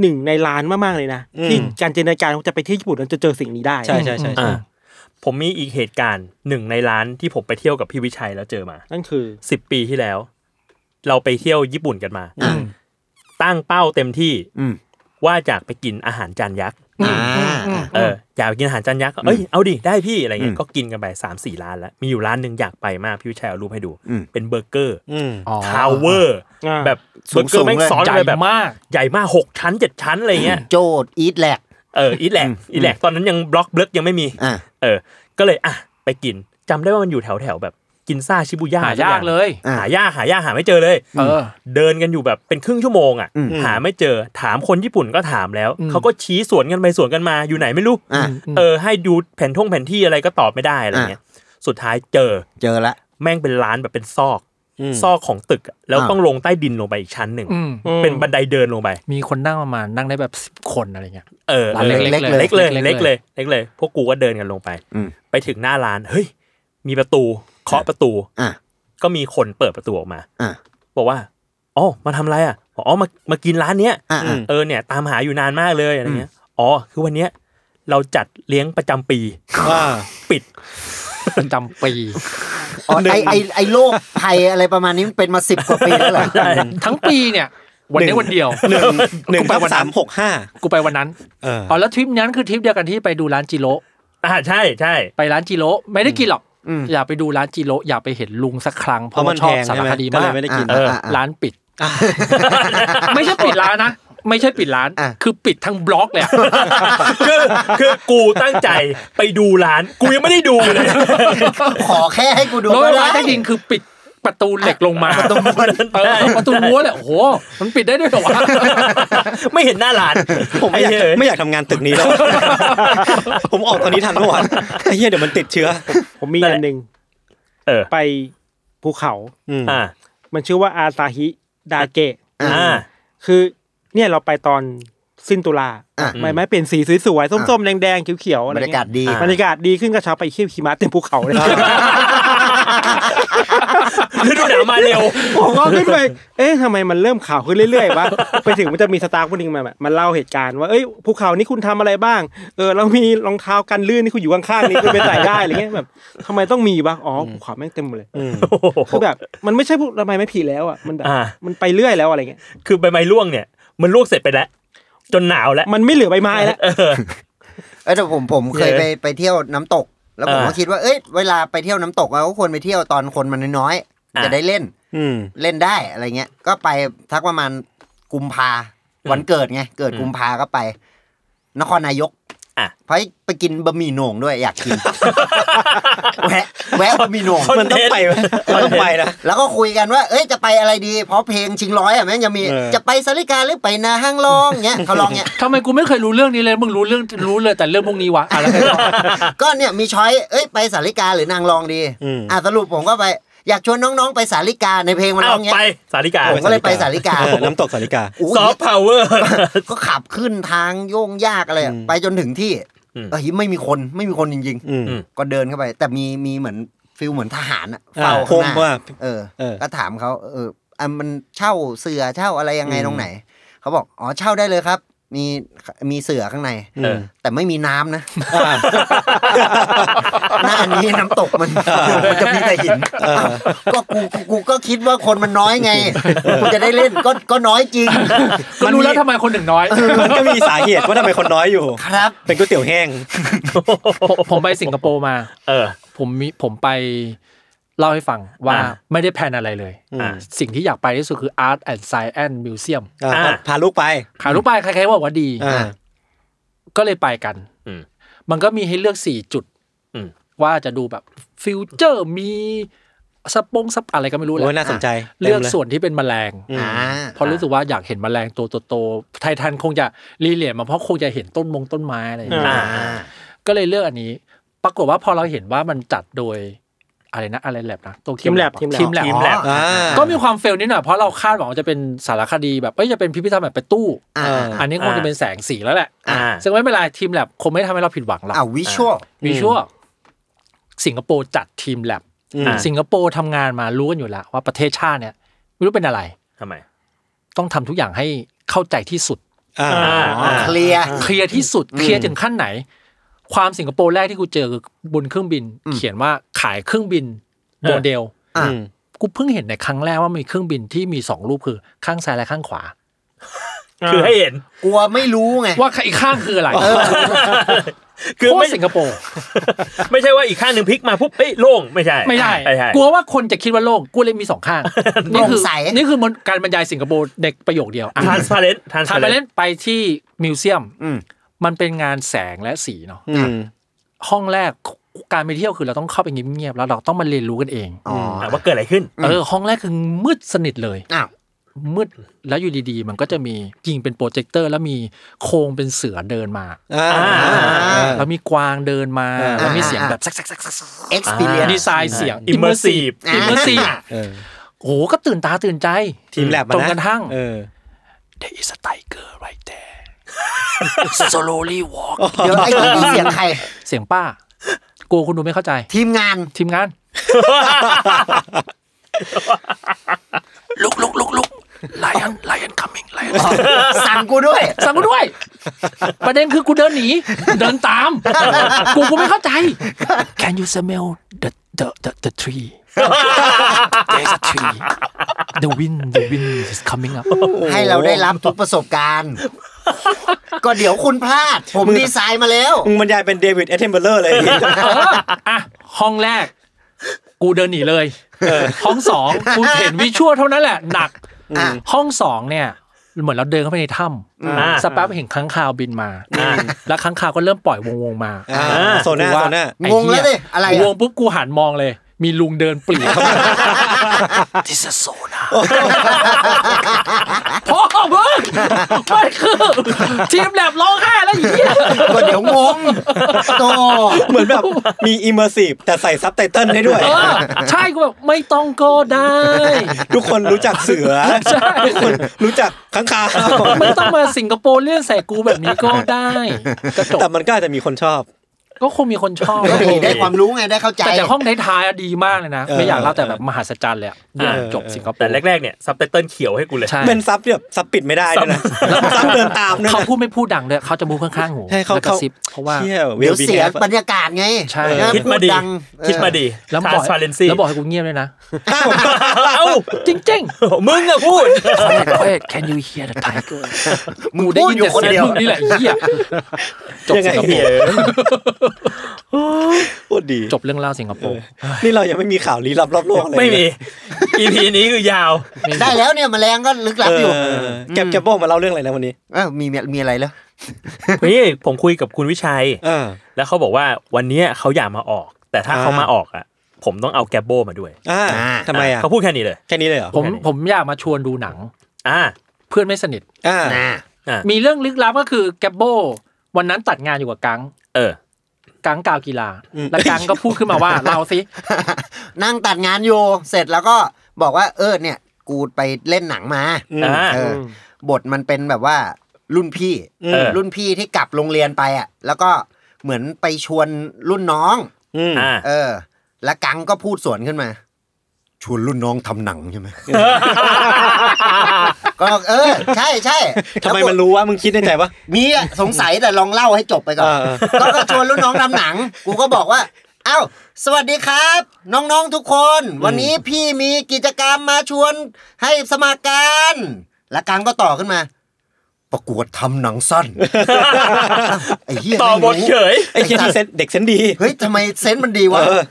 C: หนึ่งในล้านมากๆเลยนะ
B: อืม
C: ที่การจินตนาการว่าจะไปที่ญี่ปุ่นแล้วจะเจอสิ่งนี้ได้
B: ใช่ใช่ใช่ใช่
D: อ่าผมมีอีกเหตุการณ์หนึ่งในร้านที่ผมไปเที่ยวกับพี่วิชัยแล้วเจอมา
C: นั่นคือ
D: สิบปีที่แล้ว เราไปเที่ยวญี่ปุ่นกันมา ตั้งเป้าเต็มที่
F: อืม
D: ว่าอยากไปกินอาหารจานยักษ์
F: อ่า
D: เอออยากไปกินอาหารจานยักษ์เอ้ยเอาดิได้พี่อะไรเงี้
F: อื
D: ย
F: ม
D: ก็กินกันไปสามสี่ร้านแล้ว มีอยู่ร้านหนึ่งอยากไปมากพี่วิชัยเอารูปให้ดู
F: อืม
D: เป็นเบอร์เกอร์
B: อืม
E: อ๋อ
D: ทาวเวอร์
C: อ่า
D: แบบ
F: สู
D: เบอง ร์เกอ
F: ๆ
D: ร์แม่ง
F: เลย
D: ซ้อน
E: ใหญ่
D: เลยแบบ
E: มาก
D: ใหญ่มากหกชั้นเจ็ดชั้นอะไรเงี้ย
F: โจดอีทแหลก
D: เอออีแลกอีแลกตอนนั้นยังบล็อกเบล็กยังไม่มี
F: อ่ะ
D: เออ ก็เลยอ่ะไปกินจำได้ว่ามันอยู่แถวแถวๆแบบกินซ่าชิบูย่า
E: หายากเลย
F: อ่ะ
D: หายากหายากหาไม่เจอเลย
E: เออ
D: เดินกันอยู่แบบเป็นครึ่งชั่วโมงอ่ะ
F: อืม
D: หาไม่เจอถามคนญี่ปุ่นก็ถามแล้ว
E: อืม
D: เขาก็ชี้สวนกันไปสวนกันมาอยู่ไหนไม่รู้
F: อ่ะ
E: ม
D: เออให้ดูแผนท่งแผนที่อะไรก็ตอบไม่ได้อะไรเงี้ย สุดท้ายเจอ
F: เจอละ
D: แม่งเป็นร้านแบบเป็นซอก
B: อืม
D: ซอกของตึกอะแล้ว
F: อ่า
D: ต้องลงใต้ดินลงไปอีกชั้นหนึ่ง
E: อืม
D: เป็นบันไดเดินลงไป
E: มีคนนั่งประมาณนั่งได้แบบสิบคนอะไรเงี้ย
D: เออ
E: ร้านเล็กๆ
D: เล็ก
E: เลย
D: เล็กเลยเล็ก
E: เล็กๆเล
D: เลย ยเล็กเลย พวกกูก็เดินกันลงไป
F: อืม
D: ไปถึงหน้าร้านเฮ้ย มีประตู เคาะประตู
F: อ่ะ
D: ก็มีคนเปิดประตูออกมา
F: อ่ะ
D: บอกว่าอ๋อมาทำอะไรอ่ะบอกอ๋อมามากินร้านเนี้ย
F: อ่ะ
B: อื
F: อ่ะ
B: ม
D: เออเนี่ยตามหาอยู่นานมากเลยอะไรเงี้ย อ๋อคือวันเนี้ยเราจัดเลี้ยงประจำปี
B: อ่า
D: ปิด
E: ประจำปี
F: อ๋อไอไอไอโรคภัยอะไรประมาณนี้มันเป็นมาสิบกว่าปีแล้วเหรอ
E: ทั้งปีเนี่ย วัน
B: หนึ่
E: นี้
B: ง
E: วันเดียว
B: หนึ่งหนึ่ง
E: กูไปวันนั้น
B: สามหกห้า
E: กูไปวันนั้น
B: เออ
E: อ๋อแล้วทริปนั้นคือทริปเดียวกันที่ไปดูร้านจิโร่
D: อ่าใช่ใช่
E: ไปร้านจิโร่ไม่ได้กินหรอก
F: อืม
E: อยากไปดูร้านจิโร่อยากไปเห็นลุงสักครั้งเพ
B: เพราะ
E: ราะ
B: มั
E: ว่าน ช
B: แพ
E: อบ
B: ง
E: สา
B: ใช่
E: ร
B: ไหม
E: คดี
B: ก็เล
E: มาย ก
B: ไม่ได้กิน
F: อ่ะอ่ะอ่ะ
E: ร้านปิด ไม่ใช่ปิดร้านนะ ไม่ใช่ปิดร้าน
F: อ่ะ
E: คือปิดทั้งบล็อกเลยอะ
D: คือคือกูตั้งใจไปดูร้าน กูยังไม่ได้ดูเลย
F: ขอแค่ให้กูดู
E: รถไฟ
F: ก็
E: ฟ้า
F: ได้
E: ใต้ดินคือปิดประตูเหล็กลงมาประตูม้วนเออประตูม้วนแหละโอ้โห มันปิดได้ด้วยเหรอวะ
D: ไม่เห็นหน้าร้าน
B: ผมไม่อยาก
D: ไเหี้ย
B: ไม่อยากทำงานตึกนี้แล้ว ผมออกตอนนี้ทันเมื่อวานไอ้เหี้ยเดี๋ยวมันติดเชื้อ
C: ผมมีอันหนึ่ง
D: เออ
C: ไปภูเขา
B: อืม
D: อ่า
C: มันชื่อว่าอาซาฮิดาเกะ
F: อ่ะ
D: อ่า
C: คือเนี่ยเราไปตอนสิ้นตุลา
F: อ่ะ
C: ไม่ไม่เปลี่ยนสีสวยๆส้มๆแดงๆเขียวๆอะ
F: บ
C: ไร
F: รรยา
C: เงี้
F: กาย ศดี
D: อ่ะ
C: บรรยากาศดีขึ้นกระเช้าไปเขี่ยวหิมะเต็มภูเขาเลย
D: ฤดูหนาวมาเร็ว
C: ผมก็ขึ้นไป เอ๊ะทำไมมันเริ่มข่าวขึ้นเรื่อยๆวะ ไปถึงมันจะมีสตาร์คนหนึ่งมาแบบมันเล่าเหตุการณ์ว่า เอ้ยภูเขานี่คุณทำอะไรบ้าง เออเรามีรองเท้ากันลื่นที่คุณอยู่ข้างๆนี่คุณไปใส่ได้อะไรเงี้ยแบบทำไมต้องมีวะ อ๋อภูเขาแม่งเต็มหมดเลย คือแบบมันไม่ใช่พวกระบายไม่ผีแล้วอ่ะ มันแบบ
D: อ่า
C: มันไปเรื่อยแล้วอะไรเงี้ย
D: คือใบไม้ร่วงเนี่ย มันร่วงเสร็จไปแล้ว จนหนาวแล้ว
C: มันไม่เหลือใบไม้แล้ว
F: เอยแต่ผมผมเคย
D: เย้
F: ไปไปเที่ยวน้ำตก แล้วผม
D: อ่า
F: ก็คิดว่าเอ้ยเวลาไปเที่ยวน้ำตกเราก็ควรไปเที่ยวตอนคนมันน้อย
D: อ่า
F: ๆจะได้เล่น
B: อืม
F: เล่นได้อะไรเงี้ย ก็ไปทักประมาณกุมภาวันเกิดไงเกิดกุมภาก็ไป นครนายก
D: อ่ะ
F: เพราะไปกินบะหมี่โหน่งด้วยอยากกิน แวะแวะบะหมี่โหน่ง
B: มันต้องไปไหมมันต้องไปนะ
F: แล้วก็คุยกันว่า เอ้ย จะไปอะไรดี เพราะเพลงชิงร้อยอ่ะแม่งยังมี
B: เออ
F: จะไปสาริกาหรือไปนาห้างร้องเงี้ยเขาลองเงี้ย
E: ทำไมกูไม่เคยรู้เรื่องนี้เลย มึงรู้เรื่องรู้เลยแต่เรื่องพวกนี้วะอะไรกัน
F: ก็เนี่ยมีช้อย เอ้ย ไปสาริกาหรือนางรองดี
B: อืม
F: อ่ะสรุปผมก็ไป อยากชวนน้องๆ ไปสาริกาในเพลงมัน
D: อ้า
F: ร้
D: ว
F: องเงี้
D: ไป
F: ย
D: สาริกา
F: ผมก็เลยไปสาริกา
B: เออน้ำตกสาริกา
F: อู้
D: ซอฟต์พาวเวอร์
F: ก็ขับขึ้นทางโยงยากอะไรอะ
B: อืม
F: ไปจนถึงที่
D: อืม
F: เอ้ยไม่มีคนไม่มีคนจริง
B: อืม
D: อืม
F: ๆ ก็เดินเข้าไป แต่มีมีเหมือนฟิลเหมือนทหารอะเฝ้า
B: อ่า
F: ข้างห
B: ค
F: น้า
B: มว่า
F: เออ
B: เออ
F: ก็ถามเขาเอออันมันเช่าเสือเช่าอะไรยังไงตรงไหน เขาบอก อ๋อ เช่าได้เลยครับ มีมีเสือข้างใน
D: เออ
F: แต่ไม่มีน้ำนะ หน้านี้น้ำตกมัน มันจะมีแต่หินก็กูกูกูก็คิดว่าคนมันน้อยไง กูจะได้เล่นก็ก็น้อยจริง
E: ก็รู้แล้วทำไมคนหนึ่งน้อย
B: มันก็มีสาเหตุว่าทำไมคนน้อยอยู่
F: ครับ
B: เป็นก๋วยเตี๋ยวแห้ง
E: ผมผมไปสิงคโปร์มา
D: เออ
E: ผมมีผมไปเล่าให้ฟังว่า
D: อ่า
E: ไม่ได้แพลนอะไรเลย
D: อ่า
E: สิ่งที่อยากไปที่สุดคือ Art and Science Museum
B: อ่ะ
D: อ่ะ
B: พาลูกไป
E: ขารู้ไปใครๆว่าว่าดี
B: อ่า
E: ก็เลยไปกัน
D: อืม
E: มันก็มีให้เลือกสี่จุด
D: อืม
E: ว่าจะดูแบบฟิวเจอร์มีสปงสับอะไรก็ไม่รู้แหละ
B: โอ้ยน่าสนใจ
E: อ่ะเลือก
B: เต็มเลย
E: ส่วนที่เป็นแมลง
B: อืม
F: อ่า
E: เพราะรู้สึกว่าอยากเห็นแมลงตัวโตๆไททันคงจะรีเลียมาเพราะคงจะเห็นต้นมงต้นไม้อะไรอย่างเงี้ย
D: อ่า
E: ก็เลยเลือกอันนี้ ปรากฏว่าพอเราเห็นว่ามันจัดโดยอะไรนะอะไรแลบนะตัว
C: ทีม lab ทีม lab
E: ทีมแลบ
D: ทีมแลบ
B: อ่า
E: ก็มีความเฟลนิดหน่อยเพราะเราคาดหวังว่าจะเป็นสารคดีแบบเอ้ยจะเป็นพิพิธภัณฑ์แบบเป็นตู้
F: อ่า
E: อันนี้คงจะเป็นแสงสีแล้วแหละ
D: อ่า
E: ซึ่งไม่เป็นไรทีมแลบคงไม่ทำให้เราผิดหวังหรอก
F: อ่าวิชวล
E: มีช่วงสิงคโปร์จัดทีมแลบ
B: อืม
E: สิงคโปร์ทำงานมารู้กันอยู่แล้วว่าประเทศชาติเนี่ยไม่รู้เป็นอะไร
D: ทำไม
E: ต้องทำทุกอย่างให้เข้าใจที่สุด
B: อ่า
D: อ่า
F: เคลียร์
E: เคลียร์ที่สุดเคลียร์ถึงขั้นไหน ความสิงคโปร์แรกที่กูเจอคือบนเครื่องบิน เขียนว่าขายเครื่องบินโมเดล
F: อ่ะ
B: อืม
E: กูเพิ่งเห็นในครั้งแรกว่ามีเครื่องบินที่มีสองรูปคือข้างซ้ายและข้างขวา
D: คือให้เห็น
F: กลัวไม่รู้ไง
E: ว่าอีกข้างคืออะไร
D: คือ
E: โค
D: ไม่
E: ตรสิงคโปร์
D: ไม่ใช่ว่าอีกข้างหนึ่งพลิกมาปุ๊บเอ้ยโล่งไม่ใช่
E: ไม่ได้
D: ไม่ใช่
E: กลัวว่าคนจะคิดว่าโลกกูเลยมีสองข้างนี่คื
F: โปร่งใส
E: นี่คือมันการบรรยายสิงคโปร์ในประโยคเดียวอ่ะ
D: ทานสพาเลนทาน
E: ถ้า
D: สา
E: ไป
D: เล
E: เล่
D: น
E: นไปที่มิวเซียม
F: อืม
E: มันเป็นงานแสงและสีเนาะ
B: อืม
E: ห้องแรกการไปเที่ยวคือเราต้องเข้าไปเงียบๆแล้วเราต้องมาเรียนรู้กันเอง
F: อ๋อ
D: ว่าเกิดอะไรขึ้น
E: เออห้องแรกคือมืดสนิทเลย
F: อ้าว
E: มืดแล้วอยู่ดีๆ มันก็จะมียิงเป็นโปรเจคเตอร์ แล้วมีโครงเป็นเสือเดินมา
B: อ่า
E: แล้วมีกวางเดินมา
B: อ่า
E: แล้วมีเสียงแบบแซก
F: เอ็กซ์เพรียน
E: ดีไซน์เสียง
D: Immersive
F: อ่า
E: อิมเมอร์ซี ฟ
B: เออ
E: โอ้โหก็ตื่นตาตื่นใจ
B: ทีมแลบมานะ
E: ตรงกระทั่ง
B: เออ
E: There is a tiger right there slowly walk
F: เดี๋ยวไอ้ที่นี่เสียงใคร
E: เสียงป้า กลัวคุณดูไม่เข้าใจ
F: ทีมงาน
E: ทีมงาน ลุกลุกลุกลุกไลออนไลออนคัมมิ่งไลออน
F: สั่งกูด้วย
E: สั่งกูด้วย ประเด็นคือกูเดินหนี เดินตาม กูกูไม่เข้าใจ Can you smell the the the the tree There's a tree The wind the wind is coming up
F: ให้เราได้รับทุกประสบการณ์ ก็เดี๋ยวคุณพลาด ผมดีไซน์มาแล้ว
B: มึงบรรยายเป็นเดวิดเอเทนเบอร์เลอร์เลย
E: อ่ะ ห้องแรก กูเดินหนีเลยห้องสองกูเห็นวิชวลเท่านั้นแหละ หนัก
F: อ่ะ
E: ห้องสองเนี่ย เหมือนเราเดินเข้าไปในถ้
D: อ่า
E: ำสักแป๊บเห็นค้างคาวบินมา
D: อ่า
E: แล้วค้างคาวก็เริ่มปล่อยวงวงๆมา
B: อ่าโซน่า
E: กูว่
B: โซน่า
E: ไอ้
F: ง
E: เหี้ย
F: งแล้วดิอะไรอะ
E: วงปุ๊บกูหันมองเลย มีลุงเดินปรีเข้ามาทิสโซนาพ่อมึงมันคือทีมแลบร้องไห้แล้วไอ้เหี้ย
F: ก็เดี๋ยวงงโต
B: เหมือนแบบมีอิมเมอร์ซีฟแต่ใส่ซับไตเติลให้ด้วย
E: เออใช่กูแบบไม่ต้องก็ได้
B: ทุกคนรู้จักเสือ
E: ใช่
B: ทุกคนรู้จักข้างคาว
E: ไม่ต้องมาสิงคโปร์เลื่อนใส่กูแบบนี้ก็ได้ กระจก
B: แต่มันก็อาจจะมีคนชอบ
E: ก็คงมีคนชอบ
F: ก็ดีได้ความรู้ไงได้เข้าใจ
E: แต่จากห้องท้ายๆอะดีมากเลยนะ ไม่อยากเล่าแต่แบบมหัศจรรย์เลยอะ
D: เออ
E: จบสิงคโปร์
D: แต่แรก ๆ เนี่ยซับไตเติลเขียวให้กูเลย
E: ใช่
B: เป็นซับที่แบบซับปิดไม่ได้ด้วยนะซับเดินตามด้วย
E: เขา
B: นะ
E: พูดไม่พูดดังด้วยเขาจะมูดข้างๆหู
B: ใช่เขา
E: แล้วกระ
B: เขา
E: ซิบเพราะว่า
B: เชี่ย
F: เดี๋ยว
B: will be
F: เสีย
B: have
F: บรรยากาศไง
E: ใช่
F: นะ
D: คิดมาดี
F: พูดัง
D: คิดมาดี
E: แล้ว
D: ทา
E: บอ
D: ส
E: ก
D: ฟาเรนซี่
E: แล้วบอกให้กูเงียบเลยนะ
D: เอ้า
E: จริง
D: มึงอะพูด
E: ๆเฮ้ย Can you hear the tiger
F: มึง
E: กูได้
F: พูด
E: ยิน
F: อยู่
E: แต่
F: คน
E: เสียง
F: เดียว
E: มึงนี่แหละไอ้เหี้ยจบ
B: ยังไง
E: สิงคโปร์
B: พูดดี
E: จบเรื่องเล่าสิงคโปร์
B: นี่เรายังไม่มีข่าวลี้ลับรอบโลกเลย
D: ไม่มี EP นี้คือยาว
F: ได้แล้วเนี่ยแมลงก็ลึกลั
B: เอบ
F: อยู่
B: อแกปแกปโบ้มาเล่าเรื่องอะไรนะวันนี้
F: เอ้ามีมีอะไรแล้ว
D: นี่ผมคุยกับคุณวิชัย
B: เออ
D: แล้วเขาบอกว่าวันเนี้ยเขาอยากมาออก แต่ถ้าเขามาออกอะผมต้องเอาแกบโบมาด้วย
B: อ่า
F: อ่า
B: ทำไมอ่ะ
D: เขาพูดแค่นี้เลย
B: แค่นี้เลยเหรอ
E: ผมผมอยากมาชวนดูหนัง
D: อ่า
E: เพื่อนไม่สนิท
B: อ่า
F: นะ
E: มีเรื่องลึกลับก็คือแกบโบ วันนั้นตัดงานอยู่กับกัง
D: เออ
E: กังกาวกีฬา แล้วกังก็พูดขึ้นมา ว่า เราสิ
F: นั่งตัดงานอยู่เสร็จแล้วก็บอกว่าเออเนี่ย กูไปเล่นหนังมา
B: อืม
D: อ่า
F: เออ บทมันเป็นแบบว่ารุ่นพี่
B: อืม
F: รุ่นพี่ที่กลับโรงเรียนไปอ่ะ แล้วก็เหมือนไปชวนรุ่นน้อง
B: อืม
D: อ่า
F: เออ แล้วกังก็พูดสวนขึ้นมา ชวนรุ่นน้องทำหนังใช่ไหม ก็เออ ใช่ใช่
B: ทำไมมันรู้ว่ามึงคิดในใจปะ
F: มีอะสงสัยแต่ลองเล่าให้จบไปก่อน
B: เออเออ
F: ก็ก็ชวนรุ่นน้องทำหนัง กูก็บอกว่า เอ้า สวัสดีครับ น้องๆทุกคน วันนี้พี่มีกิจกรรมมาชวนให้สมัครกัน และกังก็ต่อขึ้นมา ประกวดทำหนัง สั้น ไอ้เหี้ย
D: ต่อบท
F: ไม่รู้
D: เฉย
B: ไอ้เคียที่เซนเด็กเซนดี
F: เฮ้ยทำไมเซนส์มันดีวะ
B: เออ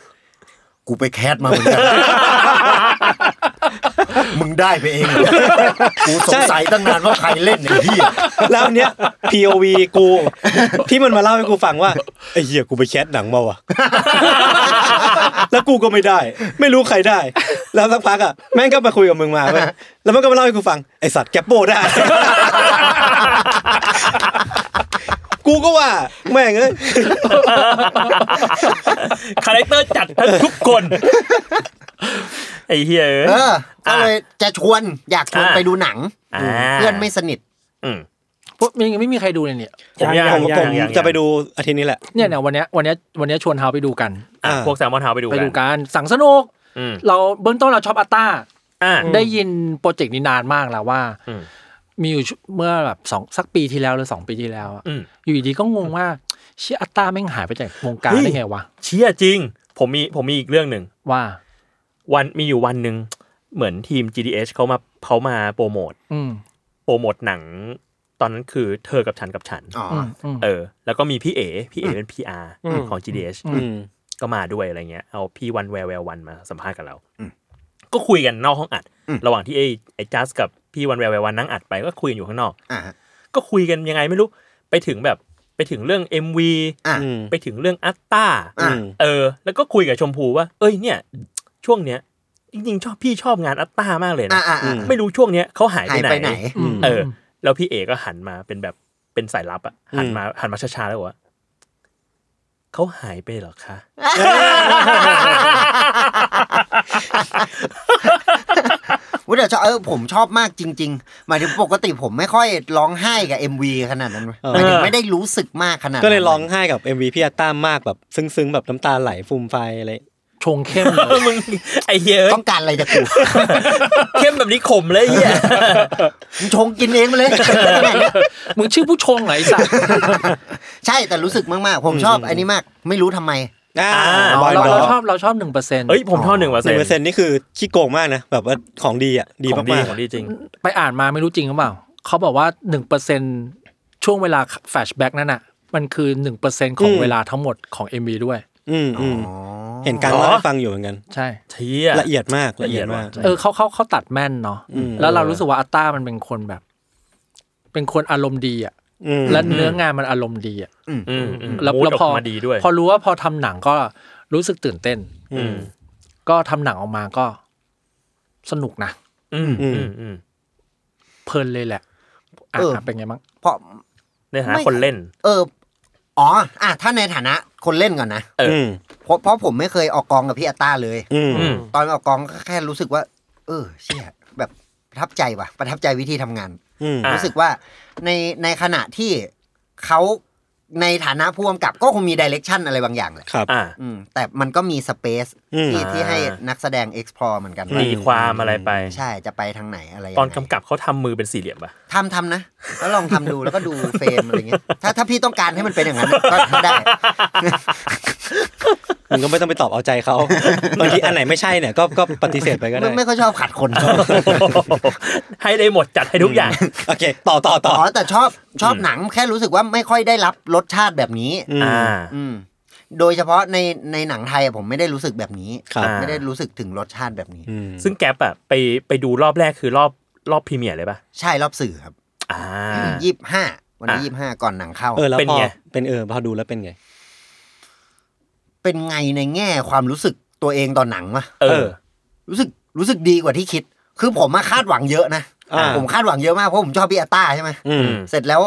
F: กูไปแคสมาเหมือนกัน มึงได้ไปเองเหรอกูสงสัยตั้งนานว่าใครเล่นไอ้เหี้ย
B: แล้วอันเนี้ย POV กู ที่มันมาเล่าให้กูฟังว่าไอ้เหี้ยกูไปแคสหนังมาว่ะ แล้วกูก็ไม่ได้ ไม่รู้ใครได้ แล้วสักพักอ่ะแม่งก็มาคุยกับมึงมาเว้ยแล้วมันก็มาเล่าให้กูฟังไอสัตว์แกปโปได้ กูก็ว่าแม่งเอ้ย
D: คาแรคเตอร์จัดทั้งทุกคน ไอ้เฮียเอ้ย
F: เออก็เลยจะชวนอยากชวน
D: อ่ะ
F: ไปดูหนัง
D: อ่า
F: เพื่อนไม่สนิท
D: อืม
E: พวกมึงยังไม่มีใครดูเลยเนี่ย
D: ผมอยาก
B: ผม
D: อยาก
B: ผม
D: อยาก
B: จะไปดูอาทิตย์นี้แหละ
E: เนี่ยเนี่ยวันเนี้ยวันเนี้ยวันเนี้ยชวนเฮาไปดูกัน
D: อ่ะพวกแซมมอนเฮาไปดู
E: ไป
D: กั
E: ดู
D: น
E: กันสั่งสนุก
D: อืม
E: เราเบื้องต้นเราชอบอัตตา
D: อ่า
E: ได้ยินโปรเจกต์นี้นานมากแล้วว่า
D: อืม
E: มีอยู่ชุเมื่อแบบสองสักปีที่แล้วหรือสองปีที่แล้วอะ
D: อืม
E: อยู่ดีๆก็งงว่าเชี่ยอัตตาแม่งหายไปจากวงการได้ไงวะ
D: เชี่ยจริง ผมมีผมมีอีกเรื่องหนึ่ง
E: ว่า
D: วันมีอยู่วันหนึ่งเหมือนทีม GDH เขามาเขามาโปรโมท
E: อืม
D: โปรโมทหนัง ตอนนั้นคือเธอกับฉันกับฉัน
F: อ๋อ
E: อืมอืม
D: เออ แล้วก็มีพี่เอพี่เอเป็น PR
E: อืม
D: ของ GDH
E: อืม
B: อืม
D: ก็มาด้วยอะไรเงี้ย เอาพี่วันแววแวววันมาสัมภาษณ์กับเรา ก็คุยกันนอกห้องอัด ระหว่างที่ไอ้ไอ้จัสกับพี่วันแววแวววันนั่งอัดไปก็คุยกันอยู่ข้างนอก
F: อ่ะ
D: ก็คุยกันยังไงไม่รู้ ไปถึงแบบไปถึงเรื่อง MV
F: อ่ะ
B: อืม
D: ไปถึงเรื่องอัตตา
F: อ่ะ
D: เออ แล้วก็คุยกับชมพูว่า เอ้ยเนี่ย ช่วงเนี้ยจริงๆชอบพี่ชอบงานอัตตามากเลย
F: อ่ะ
D: นะ
F: อ่ะอ่ะ
D: ไม่รู้ช่วงเนี้ยเขาหาย
F: หาย
D: ไป
F: ไป
D: ไห
F: ไห
D: น
F: น
E: อืม
D: เออ แล้วพี่เอก็หันมาเป็นแบบเป็นสายลับอะหันมาหันมาช้าๆแล้วบอกว่าเขาหายไปเหรอคะ
F: ว่าเดี๋ยวชอบเออผมชอบมากจริง ๆ หมายถึงปกติผมไม่ค่อยร้องไห้กับ MV ขนาดนั้นหมายถึงไม่ได้รู้สึกมากขนาดนั้น
B: ก็เลยร้องไห้กับ MV พี่อาต้ามากแบบซึ้งๆแบบน้ำตาไหลฟูมไฟอะไร
E: ชงเข้มเลย
D: มึงไอ้เหี้ยเอ้ย
F: ต้องการอะไรจากกู
D: เข้มแบบนี้ขมเลยไอ้เหี้ย
F: มึงชงกินเองไปเลย
E: มึงชื่อผู้ชงเหรอไอ้สัส
F: ใช่แต่รู้สึกมากๆ ผมชอบอันนี้มาก ไม่รู้ทำไม
B: อ่า
E: อ๋
B: บ
E: อ
B: อย
E: เรา
B: บอย
E: เราชอบเราชอบหนึ่งเปอร์เซ็นต์
D: เอ้ยผมเท่าหนึ่งเปอร์
B: ห
D: เซ็น
B: นึ่ง
D: ต์
B: เปอร์เซ็นต์นี่คือขี้โกงมากนะแบบว่าของดีอ่ะดี
D: ของดี
B: มาก
D: ของดีจริง
E: ไปอ่านมาไม่รู้จริงหรือเปล่าเขาบอกว่าหนึ่งเปอร์เซ็นต์ช่วงเวลาแฟชแบ็กนั่นน่ะ มันคือหนึ่งเปอร์เซ็นต์ของเวลาทั้งหมดของ MV ด้วย
B: ๆอืมอืมเห็นการ
D: อ๋อ
B: เล่าให้ฟังอยู่เหมือนกัน
E: ใช่
D: เชี่ย
B: ละเอียดมากละเอียดมาก
E: เออเขาเขาเขาตัดแม่นเนาะแล้วเรารู้สึกว่าอัตตามันเป็นคนแบบ เป็นคนอารมณ์ดีอ่ะ
B: อืม
E: และเนื้องานมันอารมณ์ดีอ่ะ
D: อืมอืม
E: แล้ว
D: มูด
E: แล้
D: อ
E: ว
D: อ
E: พอก
D: มาดีด้วย
E: พอรู้ว่าพอทำหนังก็รู้สึกตื่นเต้น
B: อืม
E: ก็ทำหนังออกมาก็สนุกนะ
D: อืมอืมอืม
E: เพลินเลยแหละอ่ะ
F: เออ
E: อ่ะเป็นไงบ้าง
F: เพราะ
D: ในฐานะ
F: ไม่
D: คนเล่น
F: เอออ๋ออ่ะถ้าในฐานะคนเล่นก่อนนะ
D: เอออื
B: อืม
F: เพราะเพราะผมไม่เคยออกกองกับพี่อัตตาเลย
B: อืม
D: อืม
F: ตอนออกกองก็แค่รู้สึกว่า เออ เชี่ยแบบประทับใจว่ะ ประทับใจวิธีทำงาน
B: อืม
D: อ่ะ
F: รู้สึกว่าในในขณะที่เขา ในฐานะผู้กำกับก็คงมีดิเรกชันอะไรบางอย่างแหละ
B: ครับ
D: อ่า
F: อืมแต่มันก็มีสเปซ
B: อืม
F: ที่ที่ให้
D: อ่า
F: นักแสดง explore เหมือนกัน
D: ตีความอะไรไป
F: ใช่จะไปทางไหนอะไรยังไง
D: ตอนกำกับเขาทำมือเป็นสี่เหลี่ยมป่ะ
F: ทำทำนะ แล้วลองทำดูแล้วก็ดูเฟรมอะไรเงี้ยถ้าถ้าพี่ต้องการให้มันเป็นอย่างนั้นก็ก็ได้
B: มึงก็ไม่ต้องไปตอบเอาใจเขา บางทีอันไหนไม่ใช่เนี่ยก็ก็ปฏิเสธไปก็ได้
F: ไม่ไม่ค่อยชอบขัดคน
D: ให้ได้หมดจัดให้ทุกอย่าง
B: โอเค ต่อต่อต่
F: อ๋
B: อ
F: อแต่ชอบชอบหนังแค่รู้สึกว่าไม่ค่อยได้รับรสชาติแบบนี้
B: อืม
D: อ่า
F: อืม โดยเฉพาะในในหนังไทยอะผมไม่ได้รู้สึกแบบนี้
B: ครับ
F: ไม่ได้รู้สึกถึงรสชาติแบบนี้
B: อืม
D: ซึ่งแก๊ปอะไปไปดูรอบแรกคือรอบรอบพรีเมียร์เลยป่ะ
F: ใช่รอบสื่อครับ
D: อ่า
F: ยี่สิบห้าวันที่
D: อ่ะ
F: ยี่สิบห้าก่อนหนังเข้า
B: เออแล้ว
D: เป็น
B: พอ
D: ไง
B: เป็นเออพอดูแล้วเป็นไง
F: เป็นไงในแง่ความรู้สึกตัวเองต่อนหนังวะ
D: เออ
F: รู้สึกรู้สึกดีกว่าที่คิด คือผมมาคาดหวังเยอะนะ
B: อ่า
F: ผมคาดหวังเยอะมากเพราะผมชอบพี่อาต้าใช่ไหม
B: อืม
F: เสร็จแล้ว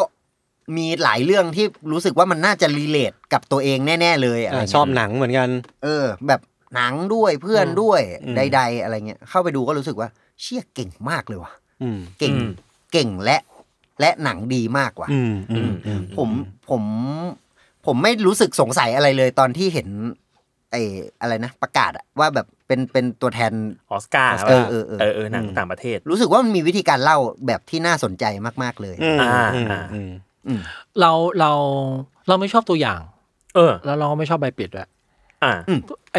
F: มีหลายเรื่องที่รู้สึกว่ามันน่าจะรีเลทกับตัวเองแน่ ๆ เลยอะไร
B: อ่า
F: เงี้ย
B: ชอบหนังเหมือนกัน
F: เออ แบบหนังด้วยเพื่อนด้วย
B: อืม
F: ใด ๆ อะไรเงี้ยเข้าไปดูก็รู้สึกว่า เชี่ยเก่งมากเลยว่ะ
B: อืม
F: เก่ง
D: อืม
F: เก่งและ และหนังดีมากว่ะ
B: อืมอืม
D: อืม
F: ผมผม ผมไม่รู้สึกสงสัยอะไรเลยตอนที่เห็น ไอ้อะไรนะ ประกาศอะว่าแบบเป็นเป็นตัวแทน
D: ออสการ์
F: ออสการ์เออเออ
D: เออเออหนังต่างประเทศ
F: รู้สึกว่ามันมีวิธีการเล่าแบบที่น่าสนใจมากๆเลย
B: อืม
D: อ่า
B: อืม
D: อ่า
B: อืม
F: อืม
E: เราเราเราไม่ชอบตัวอย่าง
D: เออ
E: แล้วเราก็ไม่ชอบใบปิดด้วย
D: อ่า
E: ไอ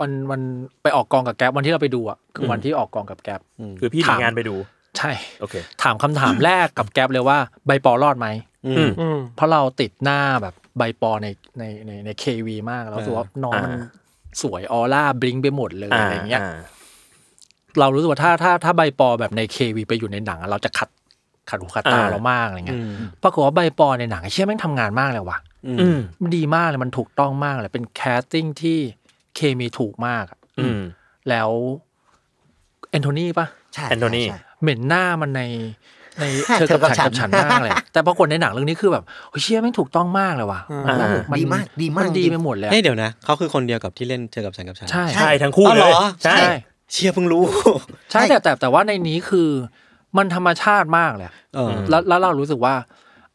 E: วันวันไปออกกองกับแก๊ปวันที่เราไปดูอ่ะคือวันที่ออกกองกับแก๊ป
D: คือพี่ทำงานไปดู
E: ใช่
D: โอเค
E: ถามคำถามแรกกับแก๊ปเลยว่าใบปอรอดไหม
B: อื
D: อื
B: ม
D: ม
C: อืม
E: เพราะเราติดหน้าแบบใบปอในในในในเควีมากแล้วรู้สึกว่าน้องมัน
D: อ่า
E: สวยออร่าบลิงไปหมดเลย
D: อ่า
E: อะไรเงี้ย
D: อ่า
E: เรารู้สึกว่าถ้าถ้าถ้าใบปอแบบในเควีไปอยู่ในหนังอะเราจะขัดขัดหูขัดตา
D: อ่า
E: เรามากอะไรเงี้ย
B: อืม
E: ปรากฏว่าใบปอในหนังไอ้เชี่ยแม่งทำงานมากเลยว่ะ
D: อืม
E: มันดีมากเลยมันถูกต้องมากเลยเป็นแคสติ้งที่เคมีถูกมากอะ
D: อืม
E: แล้วแอนโทนีปะ
F: ใช่
D: แอนโทนี
F: ใช่
E: เหม็นหน้ามันในใน
F: เธ
E: เธ
F: อ
E: อ
F: กั
E: กั
F: บบ ฉั
E: ฉัน
F: น
E: กับฉันมากเลยอะ แต่ปรากฏในหนังเรื่องนี้คือแบบเฮ้ยเชี่ยแม่งถูกต้องมากเลยว่ะ
C: อ่า
E: น
F: ดีมากดีมาก
E: นดีไปหมดเลยอะ
B: เฮ้ยเดี๋ยวนะเขาคือคนเดียวกับที่เล่นเจอกับฉันกับฉัน
E: ใช่
D: ใช่ทั้งคู่
B: อ๋อ
D: เล
B: เหร
D: ย
B: อ
D: ใช่
E: ใช่
B: เชียเพิ่งรู้
E: ใช่แต่แต่แต่ว่าในนี้คือมันธรรมชาติมากเลยอะ
B: เออ
E: แล้วแล้วเรารู้สึกว่า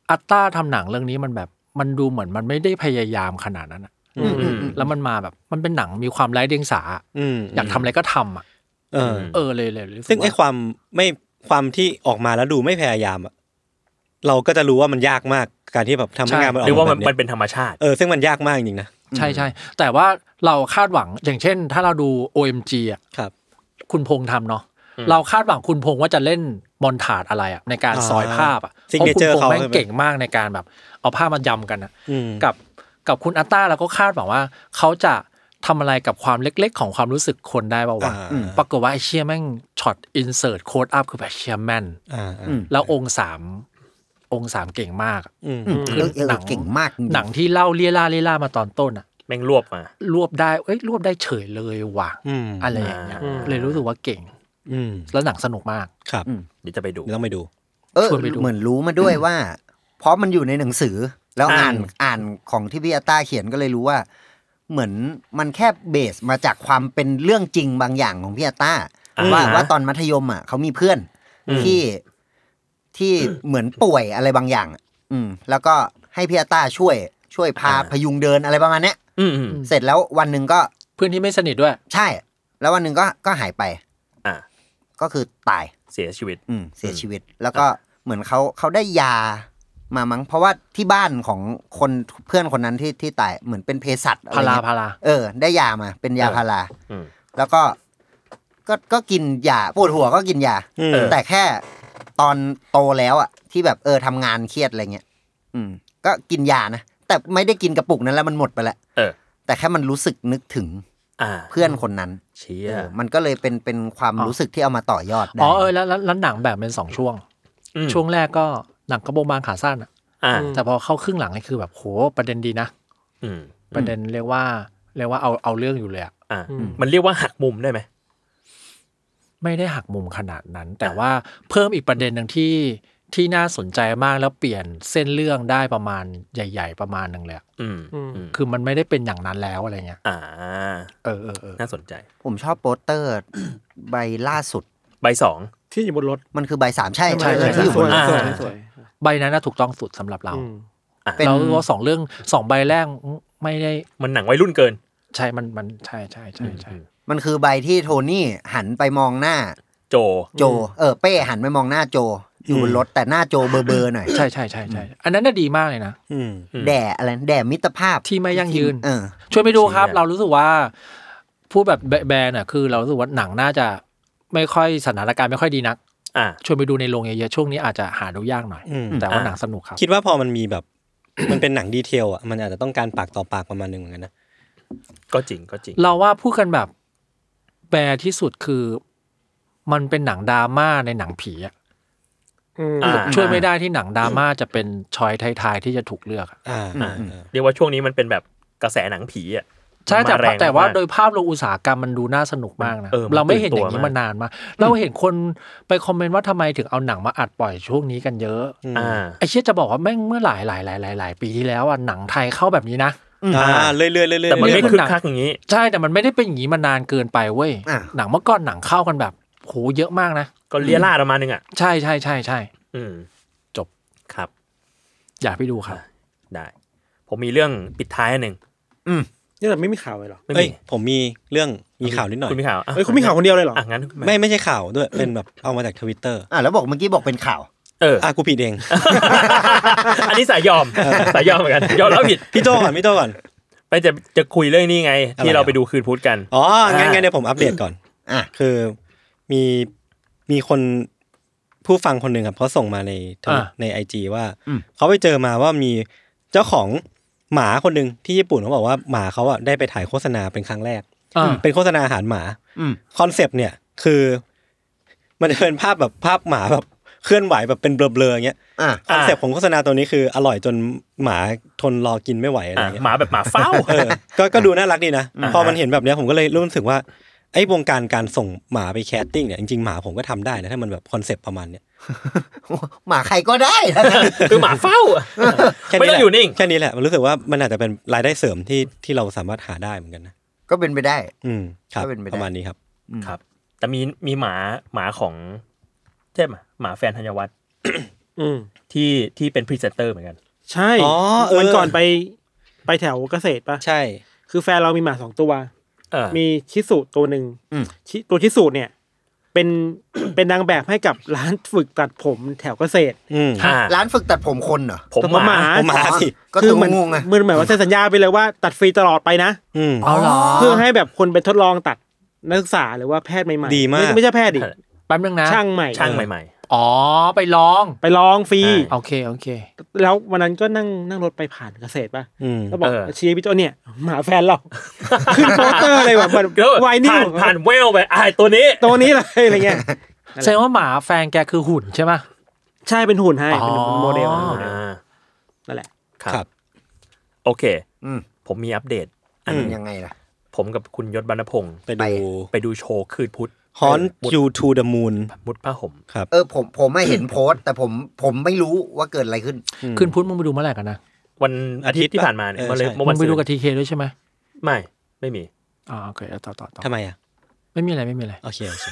E: อัตตาทำหนังเรื่องนี้มันแบบมันดูเหมือนมันไม่ได้พยายามขนาดนั้นอะ
B: อืมอืม
E: แล้วมันมาแบบมันเป็นหนังมีความไร้เดียงสา
B: อืม
E: อยากทำอะไรก็ทำอ่ะ
B: เออ
E: เออเลยเลยเลยรู้สึก
B: ซึ่งไอ้
E: ว่า
B: ความไม่ความที่ออกมาแล้วดูไม่พยายามอะเราก็จะรู้ว่ามันยากมากการที่แบบทำให้งานมันออก
D: หรือว่า
B: แบ
D: มัน
B: บ
D: มัน
B: เนี้ย
D: เป็นธรรมชาติ
B: เออซึ่งมันยากมากจริงๆนะ
E: ใช่ใช่แต่ว่าเราคาดหวังอย่างเช่น ถ้าเราดู OMG อ่ะ
B: ครับ
E: คุณพงษ์ทำเนาะเราคาดหวังคุณพงษ์ว่าจะเล่นมอนถาดอะไรอ่ะในการ
B: อ่า
E: ซอยภาพอ่ะเพราะคุณ
B: signature
E: พงษ์แม่
B: เขาใช่
E: ง
B: ไหม
E: เก่งมากในการแบบเอาภาพมายำกันอ่ะ
B: อืม
E: กับกับคุณอัตตาเราก็คาดหวังว่า เขาจะทำอะไรกับความเล็กๆ ของความรู้สึกคนได้บ้างวะ
B: อ่าอืม
E: ปรากฏว่าไอเชียแม่งช็อตอินเสิร์ตโค้ดอัพคือแบบเชียแมน
B: อ่าอ่า
E: แล้วองค์สามองค์สามเก่งมากอะ
B: อืม
F: อืมเออเออเก่งมากจริงๆ
E: หนังที่เล่าเลี่ยล่าเลี่ยล่ามาตอนต้นอะ
D: แม่งรวบมา
E: รวบได้เอ้ยรวบได้เฉยเลยว่ะ
B: อืม
E: อะไรอย่างเงี้ย
D: อืม
E: เลยรู้สึกว่าเก่ง
B: อืม
E: แล้วหนังสนุกมาก
B: ครับ
D: เดี๋ยวจะไปดู
B: เดี๋ยวต้องไปดู
F: เออ
E: ชวนไปดู
F: เหมือนรู้มาด้วยว่า เพราะมันอยู่ในหนังสือ แล้วอ่าน
D: อืม
F: อ่านของที่พี่อาต้าเขียนก็เลยรู้ว่า เหมือนมันแค่เบสมาจากความเป็นเรื่องจริงบางอย่างของพี่อาต้าว่าว่าตอนมัธยมอ่ะเขามีเพื่อนที่ที่เหมือนป่วยอะไรบางอย่าง อืม แล้วก็ให้พี่อาต้าช่วย ช่วยพาพยุงเดินอะไรประมาณเนี้ย
D: อืมอืม
F: เสร็จแล้ววันหนึ่งก็
E: เพื่อนที่ไม่สนิทด้วย
F: ใช่ แล้ววันหนึ่งก็ก็หายไป
D: อ่า
F: ก็คือตาย
D: เสียชีวิต
F: อืมเสียชีวิตแล้วก็เหมือนเขาเขาได้ยามามั้งเพราะว่าที่บ้านของคนเพื่อนคนนั้นที่ที่ตายเหมือนเป็นเภสัชอะไร
E: พา
F: เงี้ย
E: ราพารา
F: เออ ได้ยามา เป็นยา
D: เออ
F: พารา
D: อืม
F: แล้วก็ก็ก็กินยาปวดหัวก็กินยา
B: อืม
F: แต่แค่ตอนโตแล้วอ่ะ ที่แบบเออทำงานเครียดอะไรเงี้ยอืม ก็กินยานะแต่ไม่ได้กินกระปุกนั้นแล้วมันหมดไปแล้ว
D: เออ
F: แต่แค่มันรู้สึกนึกถึง
D: อ่า
F: เพื่อนคนนั้น
D: เชีย
F: เออมันก็เลยเป็นเป็นความรู้สึกที่เอามาต่อยอดได้
E: อ๋อเออแล้วแล้วแล้วหนังแบบเป็นสองช่วง
D: ม
E: ช่วงแรกก็หนังกระโปรงบางขาสั้นอะ
D: อ่า
E: แต่พอเข้าครึ่งหลังนี่คือแบบโหประเด็นดีนะ
D: อืม
E: ประเด็นเรียกว่าเรียกว่าเอาเอาเรื่องอยู่เลยอะ
D: อ่า
C: อืม
D: มันเรียกว่าหักมุมได้ไหม
E: ไม่ได้หักมุมขนาดนั้น แต่ว่าเพิ่มอีกประเด็นหนึ่งที่ที่น่าสนใจมากแล้วเปลี่ยนเส้นเรื่องได้ประมาณใหญ่ ๆ ประมาณหนึ่งเลยอะ
D: อืม
C: อืม
D: อืม
E: คือมันไม่ได้เป็นอย่างนั้นแล้วอะไรเงี้ย
D: อ่า
E: เออเออเออ
D: น่าสนใจ
F: ผมชอบโปสเตอร์ ใบล่าสุด
D: ใบสอง
C: ที่อยู่บนรถ
F: มันคือใบสามใช่
C: ใช่
F: ใช่
C: ใช่
F: ที่อยู่
C: ส
F: บ
C: วย
F: น
D: อ่า
C: สวยสวย
E: ใบนั้นน่ะถูกต้องสุดสำหรับเรา
C: อืม
D: อ่ะ
F: เป็น
E: เราว่าสองเรื่องสองใบแรกไม่ได้
D: มันหนังวัยรุ่นเกิน
E: ใช่มันมันใช่ใช่ใช่ใช่
F: มันคือใบที่โทนี่หันไปมองหน้า
D: โจ
F: โจ เออเป้หันไปมองหน้าโจ อยู่บนรถแต่หน้าโจเบอร์เบอร์หน่อย
E: ใช่ใช่ใช่ใช่อันนั้นน่ะดีมากเลยนะ
B: อืม
D: อืม
F: แด่อะไรแด่มิตรภาพ
E: ที่ไม่ยั่งยืน
F: เออ
E: ช่วยไปดูครับ
D: จริงอะ
E: เรารู้สึกว่าพูดแบบแบนๆน่ะคือ เรารู้สึกว่าหนังน่าจะไม่ค่อยสถานการณ์ไม่ค่อยดีนัก
D: อ่ะ
E: ชวนไปดูในโรงเยอะๆช่วงนี้อาจจะหาดูยากหน่อย
B: อืม
E: แต่ว่า
D: อ่ะ
E: หนังสนุกครับ
B: คิดว่าพอมันมีแบบ มันเป็นหนังดีเทลอ่ะมันอาจจะต้องการปากต่อปากประมาณหนึ่งเหมือนกันนะ
D: ก็จริงก็จริง
E: เราว่าพูดกันแบบแบร์ที่สุดคือ มันเป็นหนังดราม่าในหนังผีอะ
C: อืม
D: อ่า
E: ช่วยไม่ได้ที่หนังดราม่าจะเป็นชอยท้ายๆที่จะถูกเลือกอะ
B: อ่า
D: อ่ะเรียกว่าช่วงนี้มันเป็นแบบกระแสหนังผีอ่ะ
E: ใช่แต่
D: มาแรง
E: แต่ว่าม
D: าก
E: โดยภาพรวมอุตสาหกรรมมันดูน่าสนุกมากนะ
D: เออมัน
E: เราไม่เห็นอย่างนี้
D: ตื่นตัวมาม
E: มานานมากเราเห็นคนไปคอมเมนต์ว่าทำไมถึงเอาหนังมาอัดปล่อยช่วงนี้กันเยอะ
D: อ่า
E: ไอเชี่ยจะบอกว่าแม่งเมื่อหลายหลายหลายหลายหลายปีที่แล้วอ่ะหนังไทยเข้าแบบนี้นะ
B: อ่าเรื่อยๆเรื่อยๆเรื่อยๆ
D: แต่มันไม่
E: เรื่
D: คึ
E: อ
D: ก
E: งหนัง
D: คักอย่างนี้
E: ใช่แต่มันไม่ได้เป็นอย่างนี้มานานเกินไปเว้ย
F: อ่ะ
E: หนังเมื่อก่อนหนังเข้ากันแบบโหเยอะมากนะ
D: ก็เลียล่าดประมาณนึงอ่ะ
E: ใช่ใช่ใช่ใช่
D: อืม
E: จบ
D: ครับ
E: อยากไปดูครับ
D: ได้ ผมมีเรื่องปิดท้ายอันหนึ่ง
C: นี่แต่ไม่มีข่าวเลยเหรอ
D: ไม่
B: เอ้
D: มี
B: ยผมมีเรื่องมีข่าวนิดหน่อย
D: คุณมีข่าวะ
C: เอ้ยคุณมีข่าวคนเดียวเลยเหรอ
D: อ่ะงั้น
B: ไม่ไม่ใช่ข่าวด้วย เป็นแบบเอามาจากทวิตเตอร์
F: อ่ะแล้วบอกเมื่อกี้บอกเป็นข่าว
D: เออ
B: อ่ะกูผิดเอง
D: อันนี้สายยอมสายยอมเหมือนกันยอมแล้วผิด
B: พี่โจก่อนพี่โจก่อน
D: ไปจะจะคุยเรื่องนี้ไง ที่
B: อะไร
D: เราไปดูคืนพุธกัน
B: อ๋องั้นงั้นเดี๋ยวผมอัปเดตก่อน
F: อ่ะ
B: คือมีมีคนผู้ฟังคนหนึ่งครับเขาส่งมาใน Twitter
E: อ่ะ
B: ในไอจีว่าเขาไปเจอมาว่ามีเจ้าของหมาคนหนึ่งที่ญี่ปุ่นเขาบอกว่าหมาเขาอ่ะได้ไปถ่ายโฆษณาเป็นครั้งแรก
E: อ่า
B: เป็นโฆษณาอาหารหมา
F: อืม
B: คอนเซปต์เนี่ยคือ มันจะเป็นภาพแบบภาพหมาแบบเคลื่อนไหวแบบเป็นเบลอๆอย่างเงี้ย
F: อ่ะ
B: คอนเซปต์ของโฆษณาตัวนี้คืออร่อยจนหมาทนรอกินไม่ไหวอะไร
D: อ่ะ
B: เงี้ย
D: หมาแบบหมาเฝ้า
B: เออก็ก็ดูน่ารักดีนะ
D: อ่าฮะ
B: พอมันเห็นแบบเนี้ยผมก็เลยรู้สึกว่าไอ้วงการการส่งหมาไปแคสติ้งเนี่ยจริงๆหมาผมก็ทำได้นะถ้ามันแบบคอนเซปต์ประมาณเนี้ย
F: หมาใครก็ได้ นะ
D: คือหมาเฝ้า
B: แค่
D: ไม่
B: นี้
D: ต้องอยู่นิ่ง
B: แค่นี้แหละมันรู้สึกว่ามันอาจจะเป็นรายได้เสริมที่ที่เราสามารถหาได้เหมือนกันนะ
F: ก็เป็นไปได้
B: อืมครับ
F: ก็เป็นไปได้
B: ประมาณนี้ครับ
D: ครับ แต่มีมีหมาหมาของใช่ไหมหมาแฟนธัญวัฒน์
C: อืม
D: ที่ที่เป็นพรีเซนเตอร์เหมือนกัน
C: ใช่
B: อ๋อเออ
C: วันก่อนไปไปแถวเกษตรปะ
B: ใช่
C: คือแฟนเรามีหมาสองตัว
D: เออ
C: มีชิสุตัวหนึ่ง
F: อืม
C: ชิตัวชิสุเนี่ย เป็น เป็นนางแบบให้กับร้านฝึกตัดผมแถวเกษตร
B: อืม
D: อ่ะ
F: ร้านฝึกตัดผมคนเหรอ
D: ผม
C: ตัว
D: หมา
B: หมาสิ
F: ก็
C: คื
F: คือ
C: เหมือน
F: งงๆไง
C: เหมือนเหมือนว่าเซ็นสัญญาไปเลยว่าตัดฟรีตลอดไปนะ
B: อืม
E: เอาเหรอ
F: อ๋อ
C: เพื่อให้แบบคนไปทดลองตัดนักศึกษาหรือว่าแพทย์ใหม่ๆ
B: ดีมาก
C: ไไม่ใช่แพทย์ดิ
D: ใช่
E: แป๊บนึงนะ
C: ช่างใหม่
D: ช่างใหม่
E: อ๋อไปลอง
C: ไปลองฟรี
D: ใช่
E: โอเคโอเค
C: แล้ววันนั้นก็นั่งนั่งรถไปผ่านเกษตรป่ะ
B: อืม
C: ก็บอก
D: เออ
C: ชี้พี่โจเนี่ย หมาแฟนเรา ขึ้นโปสเตอร์อะไรแบบ
D: ๆแล้ว
C: ไวนิ
D: ผ่า
C: ล
D: นผ่านเวลไปอ่ะตัวนี้
C: ตัวนี้เลยอะไรเงี้ย นั่นแหละ
E: แสดงว่าหมาแฟนแกคือหุ่นใช่ไหม
C: ใช่เป็นหุ่นให้ เป็น
E: อ๋อ
C: โมเดลเป็นโมเดล
D: อ่า
C: นั่นแหละ
D: ครั
B: ครับ
D: บ โอเค
F: อืม
D: ผมมีอัปเดต อันหนึง
F: ยังไงล่ะ
D: ผมกับคุณยศบรรณพงศ์
B: ไป
F: ไป
B: ดู
D: ไปดูโชว์คืนพุธ
B: Haunt
D: หมด
B: You to the Moon
D: มุดผ้าห่ม
F: เออผมผมไม่เห็นโพสต์ แต่ผมผมไม่รู้ว่าเกิดอะไรขึ้น
E: คืนพุธมึงไปดูเมื่อไหร่กันนะ
D: วันอาทิตย์ที่
B: อาทิตย์
D: ผ่านมาเนี่ย
B: เออ
D: มาเลย
B: ใช่
D: เมื่อ
E: มึ
D: วั
E: ง
D: น
E: ไป
D: ศุ
E: ดู
D: ก
E: กับ
D: ร์
E: ทีเคด้วยใช่ไหม
D: ไม่ ไม่มี
E: อ๋อโอเคเอาต่อต่อต่อ
B: ทำไมอ่ะ
E: ไม่มีอะไรไม่มีอะไร
B: โอเคโอเค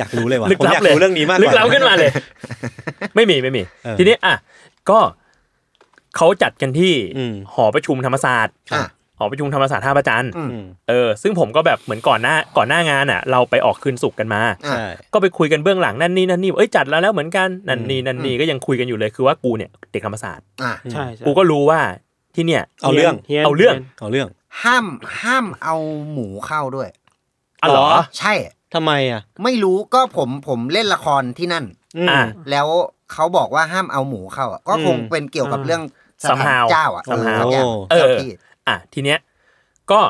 B: อยากรู้เลยว่ะ
D: ลึก
B: ผม
D: ลั
B: อบ ยาก
D: เลย
B: รู้เรื่องนี้มากก
D: ลึ
B: ว่า
D: กลับขึ้นมาเลย ไม่มีไม่มี
B: เออ
D: ทีนี้อ่ะก็เขาจัดกันที่
B: อืม
D: หอประชุมธรรมศาสตร์
F: ครับ
D: หอประชุมธรรมศาสตร์ท่าประจันทร์
F: อืม
B: อืม
D: เออซึ่งผมก็แบบเหมือนก่อนหน้าก่อนหน้างานอ่ะ เราไปออกคืนสุกร์กันมา
F: อ่ะ
B: ใช่
D: ก็ไปคุยกันเบื้องหลังนั่นนี่นั่นนี่เอ้ยจัดแล้วแล้วเหมือนกันนั่นนี่นั่นนี่
F: อืม
D: ก็ยังคุยกันอยู่เลยคือว่ากูเนี่ยเด็กธรรมศาสตร์
F: อ่ะ
C: ใช่ใช่
D: กูก็รู้ว่าที่เนี่ย
B: เอาเรื่อง
C: ฮียน
D: เอาเรื่อง
C: ฮียน
B: เอาเรื่อง
F: ห้ามห้ามเอาหมูเข้าด้วย
D: อ๋อเหรอ
F: ใช่
B: ทำไมอ่ะ
F: ไม่รู้ก็ผมผมเล่นละครที่นั่น
B: ม
D: อ่า
F: แล้วเขาบอกว่าห้ามเอาหมูเข้าอ่ะก็คงเป็นเกี่ยวกับเรื่องสถาน
D: Somehow
F: เจ้าอ่ะ
D: Somehow
F: เจ้า
D: เอ
F: เจ้า
D: อ
F: ที่
D: อ่ะทีเนี้ยก็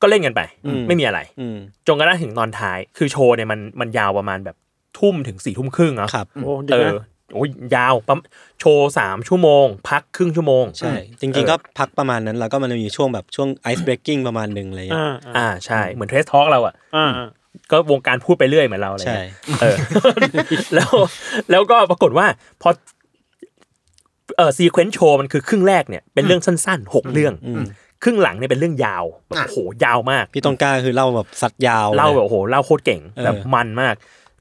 D: ก็เล่นกันไป
B: อืม
D: ไม่มีอะไร
B: อืม
D: จนกระทั่งถึงตอนท้าย คือโชว์เนี่ยมันมันยาวประมาณแบบทุ่มถึงสี่ทุ่มครึ่งเนาะ
B: ครับ
C: โอ้เดี๋
D: เอ
C: ยว
D: อ
C: นะ
D: โอ้ยยาวปั๊มโชว์สามชั่วโมง พักครึ่งชั่วโมง
B: ใช่ จริง
D: เออ
B: ๆก็พักประมาณนั้น แล้วก็มันจะมีช่วงแบบช่วงไอซ์เบรกกิ้งประมาณหนึ่งอะไรอย่างเงี้ย
C: อ่าอ่า
D: อ่าใช่ เหมือนเทสทอ l k เราอ่ะ
C: อ่า
D: ก็วงการพูดไปเรื่อยเหมือนเราอะไร
B: ใช่
D: เงี้ยเออ แล้วแล้วก็ปรากฏว่าพอเออซีเควนซ์โชว์มันคือครึ่งแรกเนี่ยเป็นเรื่องสั้นๆหกเรื่อง ครึ่งหลังเนี่ยเป็นเรื่องยาวแบบโอ้โหยาวมาก
B: พี่ต้นกล้าคือเล่าแบบสัตว์ยาว
D: เล่าแบบโอ้โหเล่าโคตรเก่ง
B: เออ
D: แบบมันมาก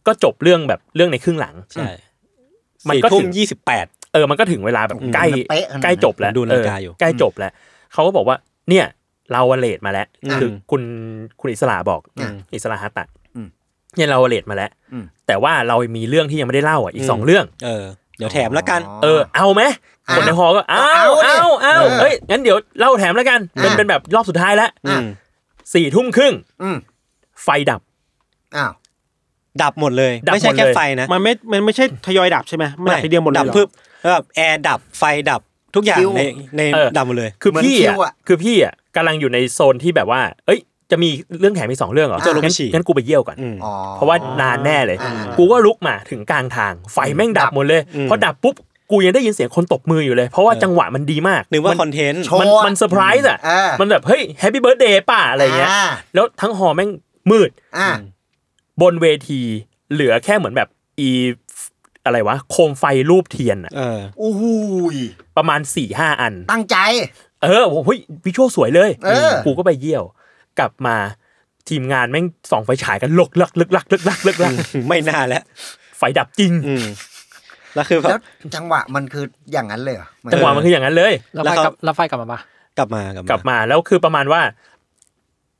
D: ก็จบเรื่องแบบเรื่องในครึ่งหลัง
B: ใช่
D: มัน
B: สี่
D: ก็
B: ทุ่ม
D: ถึง
B: ยี่สิบแปด
D: เ เออมันก็ถึงเวลาแบบใกล้
F: มันเป๊ะขนาดนั้น
D: ใกล้จบแล้ว
B: ผมดูนาฬิกายู่
D: เใกล้จบแล้วเขาก็บอกว่า เนี่ยเราวเลตมาแล้ว
F: อืม
D: คือคุณคุณอิสระบอก
F: อืม
D: อิสระฮัตตะ
G: อืม
D: เนี่ยเราวเลตมาแล้ว
G: อืม
D: แต่ว่าเรามีเรื่องที่ยังไม่ได้เล่าอ่ะอีกสอง
B: อืม
D: เรื่อง
B: เออ เดี๋ยวแถมแล้วกัน
D: เออเอาไหมคนในฮอก็เอา
F: เอาดิ
D: เอาเอา
F: เออ
D: เอ้ยงั้นเดี๋ยวเล่าแถมแล้วกันเป็น
F: อ่ะ
D: เป็นแบบรอบสุดท้ายแล้ว
F: อ่ะ
B: อืม
D: สี่ทุ่มครึ่ง
F: อืม
D: ไฟดับ
F: อ้าว
B: ดับหมดเลย
D: ดับ
B: ไม่ใช่
D: หมด
B: แค่
D: เลย
B: ไฟนะ
C: มันไม่ มันไม่ใช่ทยอยดับใช่ไหมมันดับทีเดียวหมดเลย
B: ดับ
C: เหรอ
B: พึบแล้วแบบแอร์ดับไฟดับทุกอย่าง
F: คิว
B: ในใน
D: เออ
B: ดับหมดเลย
D: คือ
F: เหมือน
D: พี่
F: คิ
D: อ่ะ
F: วอะ
D: คือพี่อ่ะกำลังอยู่ในโซนที่แบบว่า เอ้ย จะมีเรื่องแถมอีกสองเรื่องเหรอ
B: จะลงไป
D: งั้น
B: ฉี่
D: งั้นกูไปเยี่ยวก่อน
B: อืม
F: อ๋อ
D: เพราะว่านานแน่เลย
F: อ่ากู
D: กูก็ลุกมาถึงกลางทาง ไฟแม่งดับหมดเลย
B: อืม
D: พอดับปุ๊บกูยังได้ยินเสียงคนตบมืออยู่เลย เพราะว่าจังหวะมันดีมาก
B: นึกว่าค
D: มั
B: อนนเทนต์
F: โชว์
D: มันมันเซอร์ไพรส์อ่ะ
F: อ่ามั
D: มันแบบเฮ้ยแฮปปี้เบิร์ดเดย์ป่ะอะไรเงี้ย
F: า
D: แล้วทั้งหอแม่งมืด
F: อ่า
D: บนเวทีเหลือแค่เหมือนแบบอีอะไรวะ โคมไฟรูปเทียนอะ
B: เออ
F: อู้หูย
D: ประมาณ4ี่ห้าอัน
F: ตั้งใจ
D: เออผมเฮ้ยวิชวลสวยเลย
F: เออ
D: กูก็ไปเยี่ยว กลับมาทีมงานแม่งส่องไฟฉายกันลกลักลึกลักลึกลักลึกลัก
B: ไม่น่าแล้ว
D: ไฟดับจริง
B: อืมแล้วคือแบ
F: แล้
B: บ
F: วจังหวะมันคืออย่างนั้นเลยเหรอหมาย
D: จังหวะมันคืออย่างนั้นเลย
E: แล้ว
B: แล้
E: ไฟ
B: ว
E: ก
B: เขา
E: ลับแล้วไฟกลับมาปะ
B: กลับมากลับ
D: กลับ
B: มา
D: มาแล้วคือประมาณว่า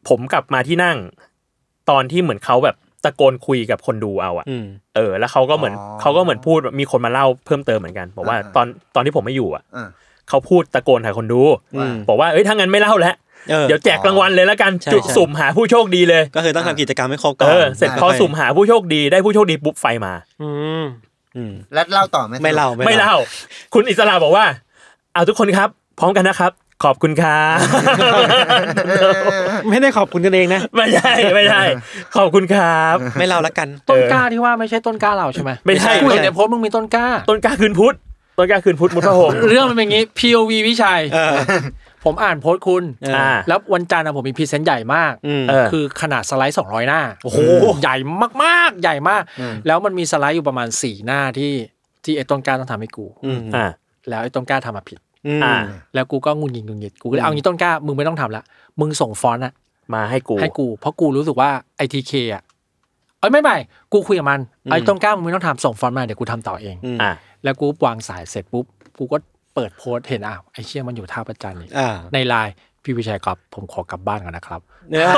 D: ผมกลับมาที่นั่ง ตอนที่เหมือนเขาแบบตะโกนคุยกับคนดูเอาอะ
B: อืม
D: เออแล้วเขาก็เหมือน
F: อ๋อ
D: เขาก็เหมือนพูดแบบมีคนมาเล่าเพิ่มเติมเหมือนกันบอกว่า
F: อ่า
D: ตอนตอนที่ผมไม่อยู่อ่ะ
F: อ่า
D: เขาพูดตะโกนหาคนดู
B: อืม
D: บอกว่าเอ้ยถ้างั้นไม่เล่าแล้ว
B: เออ
D: เดี๋ยวแจกรางวัลเลยแล้วกัน
B: ใช่
D: จุด
B: ใช่
D: สุ่มหาผู้โชคดีเลย
B: ก็คือต้องทำกิจกรรมให้ครบก่อ
D: เอน อเสร็จ
B: แล้ว
D: พอ
B: ค่ย
D: สุ่มหาผู้โชคดีได้ผู้โชคดีปุ๊บไฟมา
C: อืม
B: อืม
F: แล้วเล่าต่อไหม
B: ไม่เล่า
D: ไม่เล่า คุณอิสระบอกว่า เอาทุกคนครับ พร้อมกันนะครับ ขอบคุณครับ
C: ไม่ได้ขอบคุณกันเองนะ
D: ไม่ใช่ไม่ใช่ขอบคุณครับ
B: ไม่เล่าละกัน
E: ต้น
D: เออก
E: ล้าที่ว่าไม่ใช่ต้นกล้าเราใช่ไหม
D: ไม่ใช่
E: กูเห็นในโพสต์มึงมีต้นกล้า
D: ต้นกล้าคืนพุทธต้นกล้าคืนพุทธมุทพระโหม
E: เรื่องมันเป็นอย่างงี้ POV พี่ชัย
B: เออ
E: ผมอ่านโพสต์คุณ
B: เออ
D: อ่า
E: แล้ววันจันทร์อะผมมีพรีเซนต์ใหญ่มาก
B: อืม
D: เออ
E: คือขนาดสไลด์ 200 หน้า
B: โอ้โห
E: ใหญ่มากๆ ใหญ่มาก แล้วมันมีสไลด์อยู่ประมาณ 4 หน้าที่ที่ไอ้ต้นกล้าต้องทำให้กู
B: อืม
D: อ่า
E: แล้วไอ้ต้นกล้าทำมาผิด
D: อ่า
B: อ่า
E: แล้วกูก็งุนงิดงุนงิดกูก็เลยเอางี้ต้นกล้ามึงไม่ต้องทำละมึงส่งฟอนต์อะ
D: มาให้กู
E: ให้กูเพราะกูรู้สึกว่าไอทีเคอะเอ้ยไม่ไม่กูคุยกับมันไอ้ต้นกล้ามึงไม่ต้องทำส่งฟอนต์มาเดี๋ยวกูทำต่อเอง
B: อืม
D: อ่า
E: แล้วกูวางสายเสร็จปุ๊บกูก็เปิดโพสต์เห็นอ้าวไอ้เชี่ยมันอยู่ท่าประจันทร์นี่
B: อ่า
E: ในไลน์พี่วิชัยครับผมขอกลับบ้านก่อนนะครับ
B: เนี่ย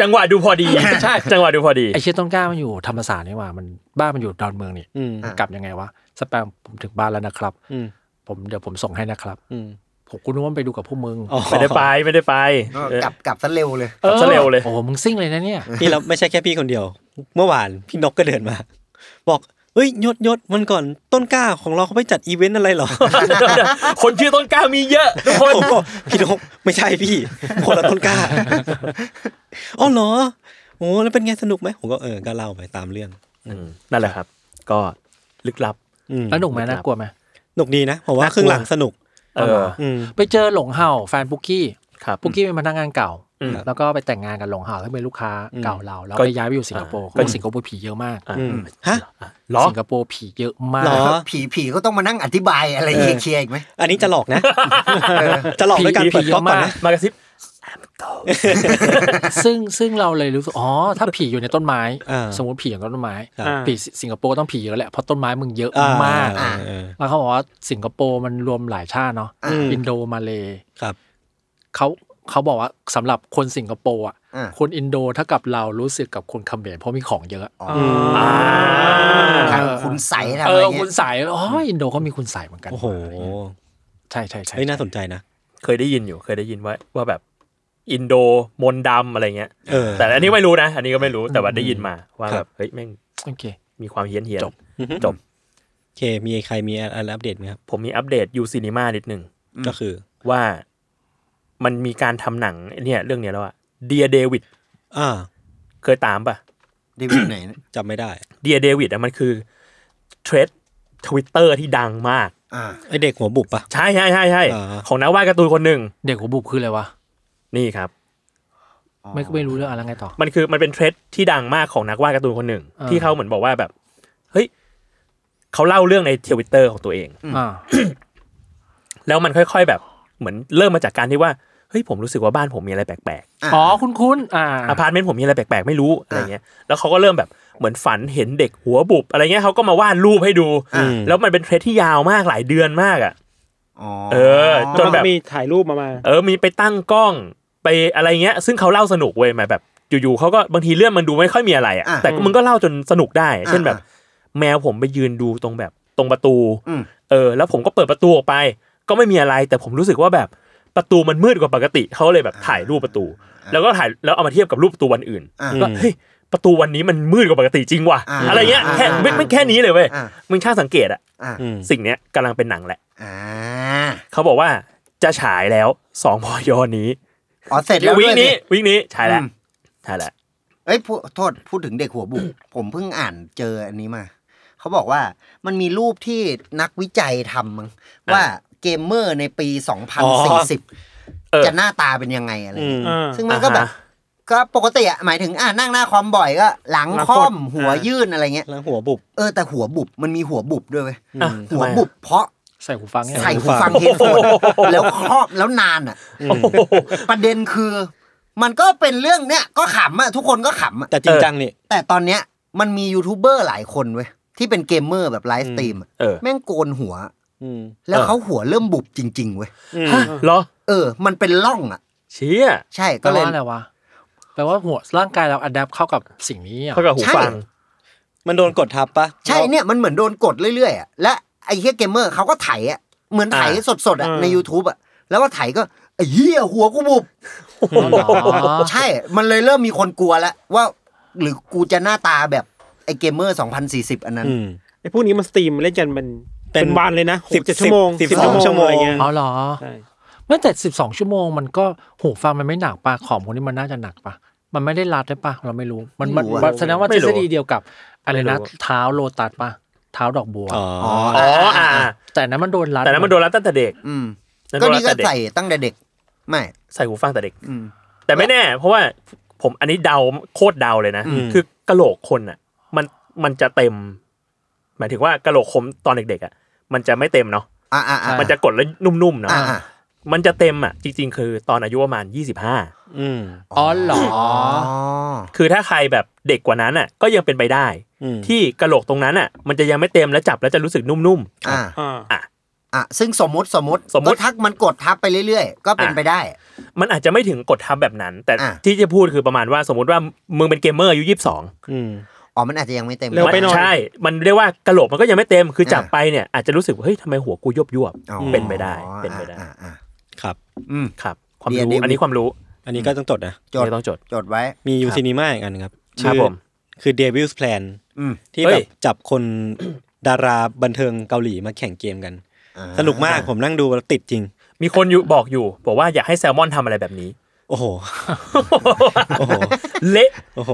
D: จังหวะดูพอดี
E: ใช่
D: จังหวะดูพอดี
E: ไอเชี่ยต้นกล้ามันอยู่ธรรมศาสตร์นี่หว่ามันบ้านมันอยู่ดอนเมืองนี่
B: อืม
E: กลับยังไงวะสแปมผมถึงบ้านแล้วนะครับ
B: อืม
E: ผมเดี๋ยวผมส่งให้นะครับ
B: อืม
E: ผมกูนึกว่ามันไปดูกับพวกมึง
B: อ๋อ
D: ไม่ได้ไปไม่ได้ไป
F: เออ
D: เออ
F: กลับกลับซะเร็วเลย
D: ซะเร็วเลย
E: โอ้โหมึงซิ่งเลยนะเนี่ย
B: นี่เราไม่ใช่แค่พี่คนเดียว เมื่อวานพี่นกก็เดินมา บอกเอ้ยยศยศมันก่อนต้นกล้าของเราเขาไปจัดอีเวนต์อะไรเหร อ
D: คนชื่อต้นกล้ามีเยอะทุกคน
B: ผมบอกพี่นกไม่ใช่พี่ คนละต้นกล้า อ๋อเหรอโอ้แล้วเป็นไงสนุกไหมผมก็เออก็เล่าไปตามเรื่อง
D: อืมนั่นแหละครับ ก็ลึกลับ
B: อืม
E: แล้วหนุกไหม
D: ครับ
E: น่ากลัวไหม
B: สนุกดีนะผมว่า
E: น่า
B: ค
E: กลัว
B: รึ่งหลังสนุก
D: เออ
B: อืม
E: ไปเจอหลงเห่าแฟนปุกกี้
D: ครับ
E: ปุกกี้เป็นพนักงานเก่า
D: อืม
E: แล้วก็ไปแต่งงานกับหลงเห่าที่เป็นลูกค้าเก่าเราแล้ว
D: ก็
E: ไปย้ายไปอยู่สิงคโปร์
D: ก็
E: ก็สิงคโปร์ผีเยอะมาก
D: อ่ะ
B: อืมฮะ
D: เหรอ
E: สิงคโปร์ผีเยอะมาก
B: เหรอ
F: ผีผีก็ต้องมานั่งอธิบายอะไร
B: เออ
F: เคลียร์อีกไหม
B: อันนี้จะหลอกนะ จะหลอกด้วยการเปิดก๊อกก่อนนะ
D: มากระซิบ
E: ซึ่งซึ่งเราเลยรู้สึกอ๋อถ้าผีอยู่ในต้นไม้
B: อ่า
E: สมมติผีอยู่ในต้นไม้
B: ครับ
E: ผีสิงคโปร์ต้องผีเยอะแหละเพราะต้นไม้มึงเยอะ
B: อ่
E: มาก
B: อ่เออ
E: แล้วเขาบอกว่าสิงคโปร์มันรวมหลายชาติเนาะ
B: อืม
E: อินโดมาเล
B: ครับ
E: เขาเขาบอกว่าสำหรับคนสิงคโปร์อ่ะ
F: อ่า
E: คนอินโดเท่ากับเรารู้สึกกับคนเขมรเพราะมีของเยอะ
F: ทางคุณใสทาง
E: เอ
F: อะไร
E: อ
F: เงี้
E: คุ
F: ย
E: ณใสอ๋ออินโดเขามีคุณใสเหมือนกัน
B: โอ้โห
E: ใช่ใช่ใช่
B: เฮ้ยน่าสนใจนะ
D: เคยได้ยินอยู่ เคยได้ยินว่าว่าแบบอินโดมนต์ดำอะไรเงี้ย
B: เออ
D: แต่อันนี้ไม่รู้นะ อันนี้ก็ไม่รู้ แต่ว่าได้ยินมาว่า
B: ค
D: แบ
B: รับ
D: บเฮ้ยแม่ง
E: โอเค
D: มีความเฮี้ยนเฮียน
E: จบ
D: จบ
B: โอเค มีใครมีอะไรอัปเดตไหมครับ
D: ผมมีอัปเดตยูซีนีมานิดหนึ่ง
B: ก็คือ
D: ว่ามันมีการทำหนังเนี่ยเรื่องเนี้ยแล้วอะเดียเดวิด
B: อ่า
D: เคยตามปะ
F: เดวิดไหนนะ
B: จำไม่ได้
D: เดียเดวิดอะมันคือเทรดทวิตเตอร์ที่ดังมาก
F: อ่า
B: ไอเด็กหัวบุบปะ
D: ใช่ใช่ใช่ใช่
B: อ่า
D: ของนักวาดการ์ตูนคนหนึ่ง
E: เด็กหัวบุบคืออะไรวะ
D: นี่ครับ
E: ไม่ไม่รู้เรื่องอะไรไงต่อ
D: มันคือมันเป็นเทรดที่ดังมากของนักวาดการ์ตูนคนหนึ่ง
E: อ่า
D: ที่เขาเหมือนบอกว่าแบบ เฮ้ยเขาเล่าเรื่องในทวิตเตอร์ของตัวเอง
E: อ่า
D: แล้วมันค่อยๆแบบเหมือนเริ่มมาจากการที่ว่าเฮ้ยผมรู้สึกว่าบ้านผมมีอะไรแปลกๆ
E: อ๋อคุณคุณอ่า
D: อพาร์ตเมนต์ผมมีอะไรแปลกๆ ไม่รู้อะไรเงี้ย แล้วเขาก็เริ่มแบบ เหมือนฝันเห็นเด็กหัวบุบอะไรเงี้ยเขาก็มาวาดรูปให้ดู
F: อ่า
D: แล้วมันเป็นเทรดที่ยาวมากหลายเดือนมากอ่ะ
F: อ๋อ
D: เออ จน
C: มัน
D: แบบ
C: ก็มีถ่ายรูปมามา
D: เออมีไปตั้งกล้องไปอะไรเงี้ย ซึ่งเขาเล่าสนุกเว้ยหมายแบบ อยู่ๆเขาก็บางทีเรื่องมันดูไม่ค่อยมีอะไรอะ
F: อ่ะ
D: แต่มึงก็เล่าจนสนุกได้ เช่นแบบ
F: อ่ะ
D: แมวผมไปยืนดูตรงแบบตรงประตู
F: อืม
D: เออ แล้วผมก็เปิดประตูออกไป ก็ไม่มีอะไร แต่ผมรู้สึกว่าแบบประตูมันมืดกว่าปกติเขาเลยแบบถ่ายรูปประตู แล้วก็ถ่ายแล้วเอามาเทียบกับรูปประตูวันอื่น
F: อ่ะ
D: ก็เฮ้ยประตูวันนี้มันมืดกว่าปกติจริงว่ะ
F: อ่ะ
D: อะไรเงี้ยแค่ไม่ไม่แค่นี้เลยเว้ย
F: อ่ะ
D: มึงช่างสังเกตอะ
F: อ่า
B: อืม
D: สิ่งเนี้ยกำลังเป็นหนังแหละ
F: อ่า
D: เขาบอกว่าจะฉายแล้วสองพ ยอนี้
F: อ๋อเสร็จแล้ว
D: วิ
F: ด้
D: ก
F: วย
D: นี้
F: สิ
D: วิกนี้ใช่แล้ว
F: อืม
D: ใช่แล้ว
F: เอ้ยพูดโทษพูดถึงเด็กหัวบุก ผมเพิ่งอ่านเจออันนี้มา เขาบอกว่ามันมีรูปที่นักวิจัยทำมั้งว่าเกมเมอร์ในปี 2040
D: เออ
F: จะหน้าตาเป็นยังไงอะไร
B: อืม
F: เงี้ย
C: อ่า
F: ซึ่งมันก็แบบ
D: อ่าฮะ
F: ก็ปกติอะหมายถึงอ่านั่งหน้าคอมบ่อยก็หลังคอมหัวยื่นอะไรเงี้ย
B: แล้วหัวบุบ
F: เออแต่หัวบุบมันมีหัวบุบด้วยเว้ย
D: อ่ะ
F: หัว
D: ทำไมอะ
F: บุบเพราะ
E: ใส่หูฟังเนี่ย
F: ใส่หูฟังเฮดโฟนแล้วครอบแล้วนานอ่ะ ประเด็นคือ มันก็เป็นเรื่องเนี้ยก็ขำอ่ะทุกคนก็ขำอ่ะ
B: แต่จริงจังนี่
F: แต่ตอนเนี้ยมันมียูทูบเบอร์หลายคนเว้ยที่เป็นเกมเมอร์แบบไลฟ์สตรีมอะ
D: เออ
F: แม่งโกนหัว
B: อืม
F: แล้วเขาหัวเริ่มบุบจริง ๆเว้ย
D: ฮะเหรอ
F: เออ มันเป็นร่องอ่ะ
D: เชี่ย
F: ใช่
E: ก็
F: ก็
E: เล
F: เลย ย
E: อะไรวะแปลว่าหัวร่างกายเราอัดแอปเข้ากับสิ่งนี้อ่ะ
D: เท่ากับหู
F: ใช่
D: ฟัง
B: มันโดนกดทับปะ
F: ใช่เนี่ยมันเหมือนโดนกดเรื่อยๆอ่ะและไอ้เฮียเกมเมอร์เขาก็ไถอ่ะเหมือนไถ
D: อ่า
F: สดๆอ่ะ
C: อืม
F: ใน YouTube อ่ะแล้วก็ไถก็ไอ้เฮียหัวกูบุบ
E: อ๋อ
F: ใช่ มันเลยเริ่มมีคนกลัวแล้วว่า หรือกูจะหน้าตาแบบไอ้เกมเมอร์ 2040 อันนั้น
B: อืม
C: ไอ้พวกนี้มันสตรีมเล่นกันเป็น
B: เป็น
C: เป็นวันเลยนะหกเจ็ด
B: 10
C: ชั่วโมง
B: สิบสองชั่วโมง
C: อะไรเงี้ย
E: อ๋อเหรอ
C: ใช่
E: เมื่อแต่สิบสองชั่วโมงมันก็หูฟังมันไม่หนักปะของพวกนี้มันน่าจะหนักปะมันไม่ได้รัดได้ปะเราไม่รู้ มันมัน
F: ไม่รู้อะ
E: มันแสดงว่าท
D: ไม่
E: ฤ
D: รู้
E: ษฎีเดียวกับอะไรนะ
D: ไม่รู้
E: เท้าโลตัสปะเท้าดอกบัว
B: อ๋อ
F: อ๋อ
D: อ๋ออ่า
E: แต่นั้นมันโดนรัด
D: แต่นั้นมันโดนรัดตั้งแต่เด็ก
F: อืม
D: นั้น
F: ก็
D: โดนรั
F: นี่
D: ด
F: ก็
D: ตั้งแต่
F: ใส่
D: เด็ก
F: ตั้งแต่เด็กไม่
D: ใส่หูฟังแต่เด็ก
F: อืม
D: แต่ไม่แน่ เพราะว่าผมอันนี้เดาโคตรเดาเลยนะ
F: อืม
D: คือกะโหลกคนอ่ะ มันมันจะเต็ม หมายถึงว่ากะโหลกคมตอนเด็กๆอ่ะ มันจะไม่เต็มเนาะ
F: อ่าอ่าอ่า
D: มันจะกดแล้วนุ่มๆเนาะ
F: อ่าอ่า
D: มันจะเต็มอ่ะจริง ๆ คือตอนอายุประมาณยี่สิบห้า
B: อืม
E: อ๋อเหรอ
D: คือถ้าใครแบบเด็กกว่านั้นอ่ะก็ยังเป็นไปได้
B: อืม
D: ที่กระโหลกตรงนั้นอ่ะ มันจะยังไม่เต็มแล้วจับแล้วจะรู้สึกนุ่ม
F: อ่า
C: อ่า
F: อ่ะซึ่งสมมติสมมติ
D: สมมุติ
F: ก็ทักมันกดทับไปเรื่อยๆ ก็เป็น
D: อ่ะ
F: ไปได้
D: ๆ มันอาจจะไม่ถึงกดทับแบบนั้น แต่
F: อ่ะ
D: ที่จะพูดคือประมาณว่าสมมติว่ามึงเป็นเกมเมอร์อายุยี่สิบสอง
B: อืม
F: อ๋อ มันอาจจะยังไม่เต็ม
C: เร็วไปหน่อย
D: ใช่ มันเรียกว่ากระโหลกมันก็ยังไม่เต็มคือจับไปเนี่ยอาจจะรู้สึกว่าเฮ้ยทำไมหัวกูยบยวบๆ
F: อ๋อ
D: เป็นไปได้
F: อ๋อ
D: เป็นไปได้
F: อ่ะอ่ะอ่ะ
B: ครับ
F: อืม
D: ครับ ความ
F: เดี๋ยว
D: รู้
F: เดี๋ยว
D: อันนี้ความรู้
B: อันนี้ก็ต้องจดนะ
F: จด
D: ไม่ต้องจด
F: จดไว้
B: มียู
D: ครับ
B: ซีนีมาอีกอันหนงครับ
D: ครั
B: ชื่
D: บ
B: อ
D: ผม
B: คือ Devil's Plan
F: อืม
B: ที่
D: เฮ้
B: แบ
D: ย
B: บจับคน ดาราบันเทิงเกาหลีมาแข่งเกมกัน
F: อ่า
B: สนุกมากผมนั่งดูแล้วติดจริง
D: มีคนอยู่บอกอยู่ บอกว่าอยากให้แซลมอนทำอะไรแบบนี้
B: โอ้โห โอ้โห
D: เละ
B: โอ้โห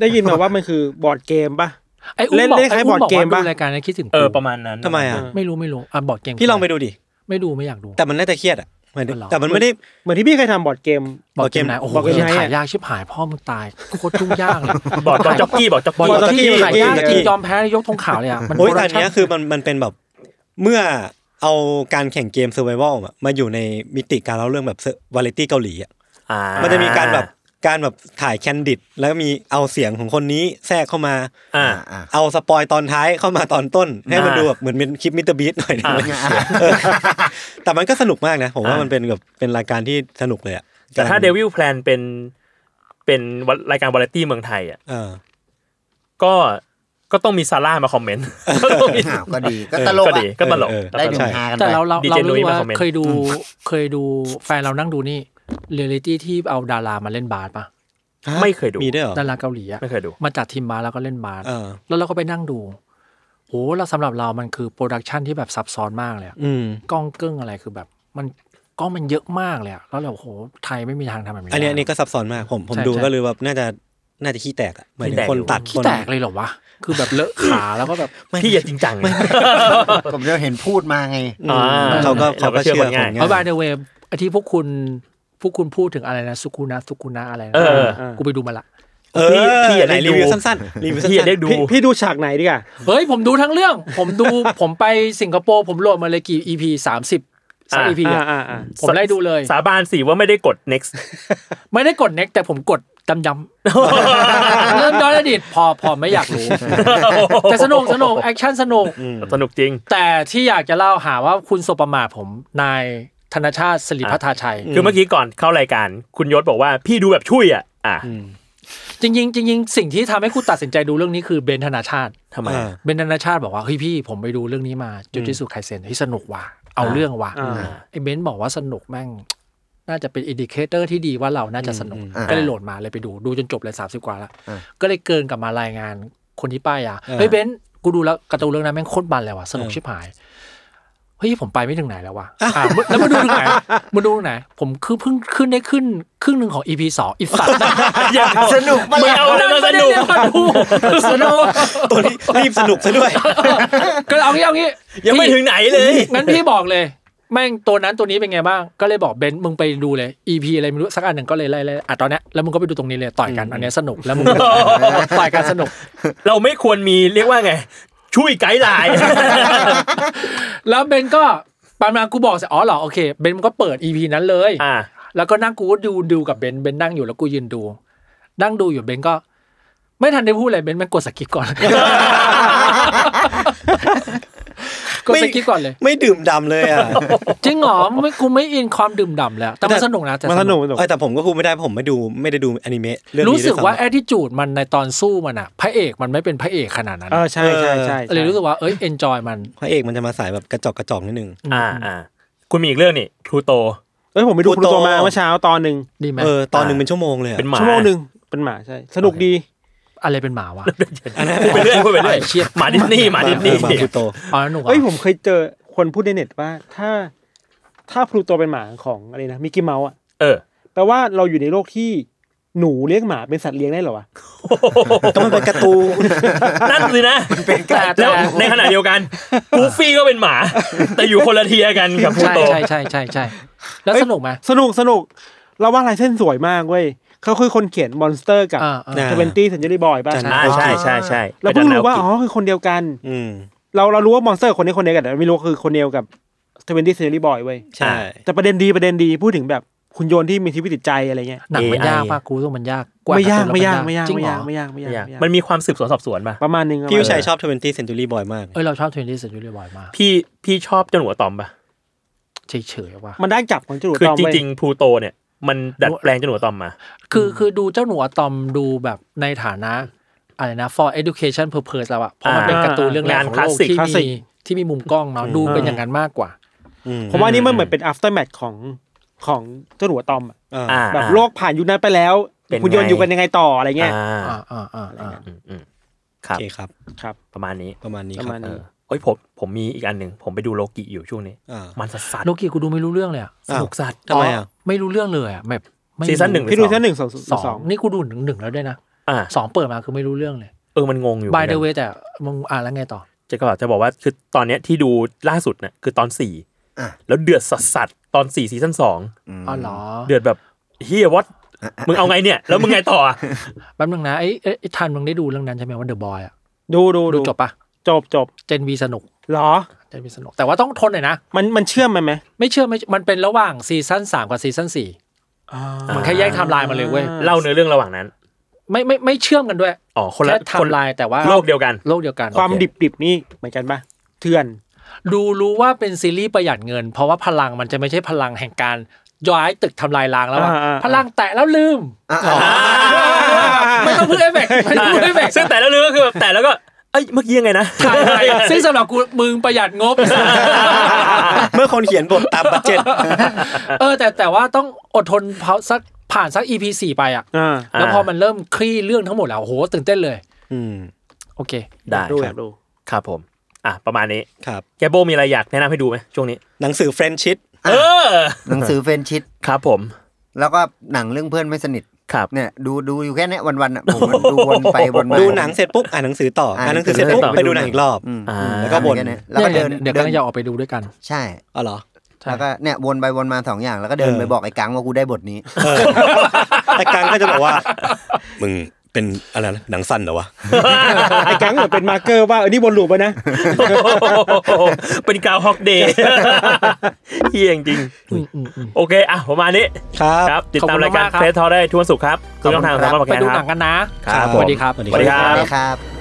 C: ได้ยินมาว่ามันคือบอร์ดเกมปะ
E: ไอ้อุ้
C: เล่
E: ม
C: น
E: บอก
C: เล่นคล้า
E: ไอ้
C: ย
E: อุ้ม
C: บบ อ
E: อ
C: ร์
E: ก
C: ดเกม
E: ว่า
C: ปะ
E: ดูรายการนี้คิดถึง
D: เออ
E: กู
D: ประมาณนั้น
B: ทำไมอ่ะ
E: ไม่รู้ไม่รู้อ่ะบอร์ดเกม
B: พี่ลองไปดูดิ
E: ไม่ดูไม่อยากดู
B: แต่มันน่าจะเครียดอ่ะหมายถึง
E: เหรอ
B: แต่มันไม่ได้
C: เหมือนที่พี่เคยทำบอร์ดเกม
E: บอร์ดเกมไหนโอ้โห
C: บอร์ดเกมไหนอะ
E: ถ่ายยากชิบหายพ่อมึงตายโคตรยุ่งยากเลย
D: บอกบอกจ็อกกี้บอกจ็อก
E: บอ
D: กี้
E: ร์ดเกม
B: บอร์ดเกม
E: ถ่ายยากจริงยอมแพ้ยกธงขาวเลยอ่ะมัน
B: โอ้ย
E: โปร
B: แต่
E: ดั
B: อัน
E: กชั่
B: เนี้ยคือมันมันเป็นแบบเมื่อเอาการแข่งเกมเซอร์ไว a ลมาอยู่ในมิติการเล่าเรื่องแบบวาไรตี้เกาหลีอ่ะ มันจะมีการแบบการแบบถ่ายแคนดิดแล้วมีเอาเสียงของคนนี้แทรกเข้ามา
D: อ่า
F: อ่ะอ่ะ
B: เอาสปอยตอนท้ายเข้ามาตอนต้น ให้มัน
D: อ่า
B: ดูแบบเหมือนเป็นคลิปมิสเตอร์บีทหน่อย นึง
F: อ่ะอ่ะ
B: แต่มันก็สนุกมากนะ ผมว่า
D: อ่ามั
B: มันเป็นแบบเป็นรายการที่สนุกเลยอะ
D: แต่ถ้าเดวิลแพลนเป็นเป็นรายการวาไรตี้เมืองไทยอ่ะ
B: เออ
D: ก็ก็ต้องมีซาร่ามาคอมเมนต์ ก็ต้องมี
F: อ้าวก็ดีก็ตลก
D: ก็
F: อ่ะ
D: ดีก็ตลก
B: เออเออ
F: ได้
D: ก็ตล
F: ห
D: ก
F: นึ่งฮากันไป
E: แต่เราเรา
D: ดี
E: เรา
D: เจนุ้
E: รู้
D: ย
E: ว่า
D: มาคอมเมนต์
E: เคยดูเคยดูแฟนเรานั่งดูนี่เรียลิตี้ที่เอาดารามาเล่นบาสป่ะ
D: ไม่เคยดู
B: มีด้วยเหรอ
E: ดาราเกาหลีอ่ะ
D: ไม่เคยดู
E: มาจัดทีมบาสแล้วก็เล่นบาส
B: เออ
E: แล้วเราก็ไปนั่งดูโอ้เราสำหรับเรามันคือโปรดักชันที่แบบซับซ้อนมากเลยอะ
B: อืม
E: กล้องเกิ้งอะไรคือแบบมันกล้องมันเยอะมากเลยอะแล้วเราโหไทยไม่มีทางทำแบบนี้
B: อันเนี้ย
E: ได้
B: อันนี้ก็ซับซ้อนมากผมผม
E: ใช่
B: ดู
E: ใช่
B: ก็เลยแบบน่าจะน่าจะขี้แตกอะหมายถึ
D: ขี้แต
B: ง
D: ก
B: คน
D: อยู่
B: ตัด
E: ขี้
B: คน
E: แตกเลยเหรอวะคือแบบเลอะขาแล้วก็แบบ
D: พี่อย่าจริงจังนะ
F: ผมจะเห็นพูดมาไง
B: อืม
D: อ่า
B: เขาก็เขา
D: เราก็
B: ก็
D: เชื่
B: เชื่
D: อ
B: อ
D: คนง่าย
B: คน
E: เอา
B: ง่า
E: by
B: ย
E: the way ไอ้ที่พวกคุณพวกคุณพูดถึงอะไรนะสุกุนะสุกุนะอะไรนะ
D: เออ
E: กูไปดูมาละ
B: เอ
D: พี่
B: อ
D: พี่อย่า
B: ไหน
D: ได้
B: รีวิว
D: ดู
B: สั้นๆรีวิวสั้นๆ
D: พี่อย่าได้ดู
C: พี่พี่ดูฉากไหนดีกว่า
E: เฮ้ยผมดูทั้งเรื่อง ผมดูผมไปสิงคโปร์ผมโหลดมาเลยกี่ EP สามสิบสาม EP
C: อ่า
E: อะ
C: อ่าอ่า
E: ผมไล่ดูเลย
D: สาบานสิว่าไม่ได้กด next
E: ไม่ได้กด next แต่ผมกด จำจำ เรื่องย้อนอดีตพอพอไม่อยากรู้ แต่สนุกสนุกแอคชั่นสนุก
D: สนุกจริง
E: แต่ที่อยากจะเล่าหาว่าคุณโซประมาทผมนายธนชาติสิริพัฒนาชัย
D: คือเมื่อกี้ก่อนเข้ารายการ คุณยศบอกว่าพี่ดูแบบช่วยอ่ะอ่ะ
E: จริงๆจริงๆสิ่งที่ทำให้คุณตัดสินใจดูเรื่องนี้คือเบนธนาชาติ
D: ทำไม
B: อ่า
E: เบนธนาชาติบอกว่าเฮ้ยพี่ผมไปดูเรื่องนี้มาจุดที่สุดไคเซนเฮ้ยสนุกว่ะเอาเรื่องว่ะ
C: อ่า
E: ไอ้เบนบอกว่าสนุกแม่ง น่าจะเป็นอินดิเคเตอร์ที่ดีว่าเราน่าจะสนุก
F: อืม
E: ก็เลยโหลดมาเลยไปดูดูจนจบเลยสามสิบกว่าแล้ว
F: อ่า
E: ก็เลยเกินกลับมารายงานคนที่ป้ายอ่ะเฮ้ยเบนกูดูแล้วการ์ตูนเรื่องนั้นแม่งโคตรบันเลยว่ะสนุกชิบหายเฮ้ยผมไปไม่ถึงไหนแล้วว่ะอ่ะ แล้วมาดูถึงไหนมาดูถึงไหน ผมคือเพิ่งขึ้นได้ขึ้นครึ่งหนึ่งของ EP สองอีสัตว์
F: สนุกมา
D: ไม่
F: ก
D: เอาแล้วมาสนุก
E: สนุก
B: ตัวนี้ รีบสนุกซะด้วย
E: ก็เอางี้เอางี้
D: ยังไม่ถึงไหนเลย
E: งั้นพี่บอกเลย แม่งตัวนั้นตัวนี้เป็นไงบ้าง ก็เลยบอกเบนซ์มึงไปดูเลย EP อะไรไม่รู้สักอันหนึ่งก็เลยไล่ไล่อ่ะตอนเนี้ยแล้วมึงก็ไปดูตรงนี้เลยต่อยกันอันเนี้ยสนุกแล้วมึง ก็ต่อยกันสนุก
D: เราไม่ควรมีเรียกว่าไง ช่วยไกด์ไลน์
E: แล้วเบนซ์ก็ปานมากูบอกเสร็จอ๋อเหรอโอเคเบนซ์มันก็เปิด EP นั้นเลย
D: อ่า
E: แล้วก็นั่งกูก็ดูดูกับเบนซ์เบนซ์นั่งอยู่แล้วกูยืนดู นั่งดูอยู่เบนซ์ก็ ไม่ทันได้พูดอะไรเบนซ์มันกดสกิปก่อน กดสกิปก่อนเลย
B: ไม่ดื่มดำเลยอ่ะ
E: จริงเหรอไม่กูไม่อินความดื่มด่ำแล้ว แต่มันสนุกนะแต่
C: มันสนุกมันสนุก
B: เอ้ยแต่ผมก็พูดไม่ได้ผมไม่ดูไม่ได้ดูอนิเมะเรื่องนี้
E: รู้สึกว่า
B: ด้ย
E: แอ
B: ซ้ำ
E: t ิจูดมันในตอนสู้มันอะพระเอกมันไม่เป็นพระเอกขนาดนั้น
C: เออใช่ใช่ใช่ใช่
E: เลยรู้สึกว่าเอ้ยเอนจอยมัน
B: พระเอกมันจะมาสายแบบกระจอกกระจอกนิดนึง
D: อ่าอ่าคุณมีอีกเรื่องนี่พลูโต
C: เอ้ยผมไปดู
B: พลู
C: พลู
B: โต
C: โตมาเมื่อเช้าตอนหนึ่ง
E: ดีไหม
B: เออตอนหนึ่งเป็นชั่วโมงเลยอะ
D: เป็นหมา
C: ชั่วโมงหนึ่งเป็นหมาใช่ สนุกดี
E: อะไรเป็นหมาวะ
D: พูดไปเรื่อยพูดไปเรื่อย
E: ไอ้เชี่ย
D: หมาดิสนีย์หมาดิสนีย์
B: หมาพลูโต
E: อ๋อหนุกเหร
C: เอ้ยผ
E: อ่ะ
C: มเคยเจอคนพูดในเน็ตว่า ถ้าถ้าพลูโตเป็นหมาของอะไรนะมิกกี้เมาส์อ่ะ
D: เออ
C: แปลว่าเราอยู่ในโลกที่หนูเลี้ยงหมาเป็นสัตว์เลี้ยงได้เหรอวะ
B: ก็มันเป็นการ์ตูน
D: นั่นสินะ
E: แต่แต่
D: แล้วในขณะเดียวกันกูฟี่ก็เป็นหมา แต่อยู่คนละเทียกันกับพลู
E: ใช่
D: โต
E: ใช่ใช่ใช่ใช่แล้ว
C: เอ้ย
E: สนุกไหม
C: สนุกสนุกเราว่าลายเส้นสวยมากเว้ยเขาคือคนเขียนมอนสเตอร์กับ
E: อ่าอ่า
C: เทเวนตี้เซนจูรี่บอยป่ะ
D: อ่าใช่ใช่ใช่
C: เราเพิ่งรู้ว่าอ๋อคือคนเดียวกัน
B: อืม
C: เราเรารู้ว่ามอนสเตอร์คนนี้คนเดียวกันแต่ไม่รู้ว่าคือคนเดียวกับเทเวนตี้เซนจูรี่บอยเว้ย
B: ใช่
C: แต่ประเด็นดีประเด็นดีพูดถึงแบบคุณโยนที่มีชีวิตจิตใจอะไรเงี้ย
E: หนังมันยากปะกูรู้สึกมันยากว่
C: ไม่ยาก
E: หนัง
C: ไม่ยาก
E: ตัวละคร
C: ไม่ยาก
E: จริงเหรอย
C: ไม่ากไม่ยากไม่ยาก
D: อยาก
C: ไม่ยาก
D: มันมีความสืบสวนสอบสวนป่ะ
C: ประมาณนึง
B: พี่วิชัย
C: ประมาณนึง
B: ชอบ20 Century Boy มาก
E: เอ้ยเราชอบเทนนิสเซนจูเลยบ่อยมาก
D: พี่พี่ชอบเจ้าหนูอะตอมป่ะ
E: เฉยๆว่ะ
C: มันได้จับของจรวด
D: คือ
C: ตอม
D: จ
C: เว้ย
D: ริงๆพลูโตเนี่ย มันดัดแปลงเจ้าหนูอะตอมมา
E: คือคือดูเจ้าหนูอะตอมดูแบบในฐานะอะไรนะ for education purpose แล้วอะเพราะมัน
D: อ่า
E: เป็นการ์ตูนเรื่องแรก
D: งาน
E: ของ
D: คลา
E: โล
D: ส
E: ก
D: สิก
E: ที่
D: คลาสสิ
E: มี
D: ก
E: ที่มีมุมกล้องเนาะดูเป็นอย่างนั้นมากกว่า
B: อืม
C: ผมว่านี่มันเหมือนเป็น after match ของของเจ้าหนูอะตอมอะ
B: อ่า
D: อ่า
C: แบบโลกผ่านยุคนั้นไปแล้ว
D: เป็นไง
C: คุณโยนอยู่กันยังไงต่ออะไรเงี้ย
D: อ่า
E: อ่าอ่าอ่าอ่า
D: อืมอืมค
B: โอ
D: รับ
B: เคครับ
D: ประมาณนี้
B: ประมาณนี้
C: ป
B: ค
C: ระ
B: รั
C: มา
B: บ
C: ณ
D: เอ
C: นี้
D: อโอ้ยผมผมมีอีกอันหนึ่งผมไปดูโลกิอยู่ช่วงนี้
B: อ่า
D: มันสัสสัส
E: โลกีกูดูไม่รู้เรื่องเลยอะ
D: สนุกสัส
B: ทำไมอะ
E: ไม่รู้เรื่องเลยอะแบบไม่รู้
D: ซีซั่นหนึ่ง
C: พี่ดูแค่หนึ่งสองสอง
E: ส
C: ส
E: อ
C: อง ง
E: ส
C: ส
E: อ
C: อง ง
E: นี่กูดูหนึ่งหนึ่งแล้วด้วยนะ
D: อ่า
E: สองเปิดมาคือไม่รู้เรื่องเลย
D: เออมันงงอยู่
E: by the way แต่มึงอ่านแล้วไงต่อ
D: จะก็จะบอกว่าคือตอนเนี้ยที่ดูล่าสุดเนี่ยคือตอนสี่
F: อ่ะ
D: แล้วเดือดสัสสัสตอนสี่ซีซั่นสอง
E: อ๋อเหรอ
D: เดือดแบบเฮียวัดมึงเอาไงเนี่ย แล้วมึงไงต่ออ่ะ
E: แป๊บนึงนะไอ้ไอ้ไอ้ทันมึงได้ดูเรื่องนั้นใช่ไหมว่าเดอะบอยอะ
C: ดูดู
E: ดู
C: ดู
E: จบปะ
C: จบจบ
E: เจนวีสนุก
C: เหรอ
E: เจนวีสนุก แต่ว่าต้องทนหน่อยนะ
C: มันมันเชื่อมไหมไหม
E: ไม่เชื่อไม่มันเป็นระหว่างซีซั่นสามกับซีซั่นสี่มันแค่แยกไทม์ไลน์มาเลยเว้ย
D: เล่าเนื้อเรื่องระหว่างนั้น
E: ไม่ไม่ไม่เชื่อมกันด้วย
D: อ๋อคนละ
E: แค่ไท
D: คน
E: ม์ไลน์แต่ว่า
D: โลกเดียวกัน
E: โลกเดียวกัน
C: ความ
E: โอเ
C: ดิบดิบๆนี่เหมือนกันปะเถื่อน
E: ดูรู้ว่าเป็นซีรีส์ประหยัดเงิน เพราะว่าพลังมันจะไม่ใช่พลังแห่งการย้ายตึกทำลายล้างแล้วอะ
C: อ่าอ่าอ่า
E: พลังแตะแล้วลืมไม่ต้องพึ่งเอฟเฟกต์ไม่ต้องพึ่งเอฟเฟกต์
D: ซึ่งแต่ละเรื่องก็คือแบบแต่แล้วก็เอ้ยเมื่อกี้ยังไงนะ
E: ถ่ายไปซึ่งสำหรับกูมึงประหยัดงบ
B: เมื่อคนเขียนบทตามบัจเจ็ต
E: เออแต่แต่ว่าต้องอดทนเพราะสักผ่านสัก EP สี่ไปอ่ะ
C: อ่า
E: แล้วพอมันเริ่มคลี่เรื่องทั้งหมดแล้วโอ้โหตื่นเต้นเลย
B: อืม
E: โอเค
D: ได้
C: ดู
D: ค
C: อ
D: รั
C: ยา
D: บ
C: กดู
D: ครับผม อ่ะประมาณนี้
B: ครับ
D: แกโบมีอะไรอยากแนะนำให้ดูไหมช่วงนี้
B: หนังสือเฟรนชิต
D: เออ
F: หนังสือเฟรนชิต
D: ครับผม
F: แล้วก็หนังเรื่องเพื่อนไม่สนิท
D: ครับ
F: เนี่ยดูดูอยู่แค่เนี้ยวันๆอ่ะผมดูวนไปวนมา
B: ดูหนังเสร็จปุ๊บอ่านหนังสือต่ออ่านหนังสือเสร็จปุ๊บไปดูหนังอีกรอบ
F: อืม
D: อ่า
B: แล้วก็บ่น
F: ทำอย่งเงี้ยแล้วก็เดิน
E: เดี๋ยว
F: ดิ
E: กำลังจะออกไปดูด้วยกัน
F: ใช่
B: อ๋อเหรอ
E: ใช่
F: แล้วก็เนี่ยวนไปวนมาสองอย่างแล้วก็เดิน
B: เออ
F: ไปบอกไอ้กังว่ากูได้บทนี้
B: เออแต่กลางก็จะบอกว่า มึง เป็นอะไรนะหนังสั้นเหรอวะ
C: ไอ้กังเหมือนเป็นมาร์เกอร์ว่าเออนี่วนลูปไปนะ
D: เป็นกาวฮอกเดย์เฮียจริงๆโอเค อ่ะ ประมาณนี้
B: ครับ
D: ติดตามรายการ
E: ขอบคุณมากครับ
D: เฟสทอได้ทุกวันศุกร์ครับทุกช่องทางสามารถ
E: ไป
D: แข่ง
E: ดู
D: ค
E: หนั
D: รับ
E: งกันนะ
D: ครับผม
E: สวัสดีครับ
D: สวัสดีครั
F: ส
D: บ
F: วัสดีครับ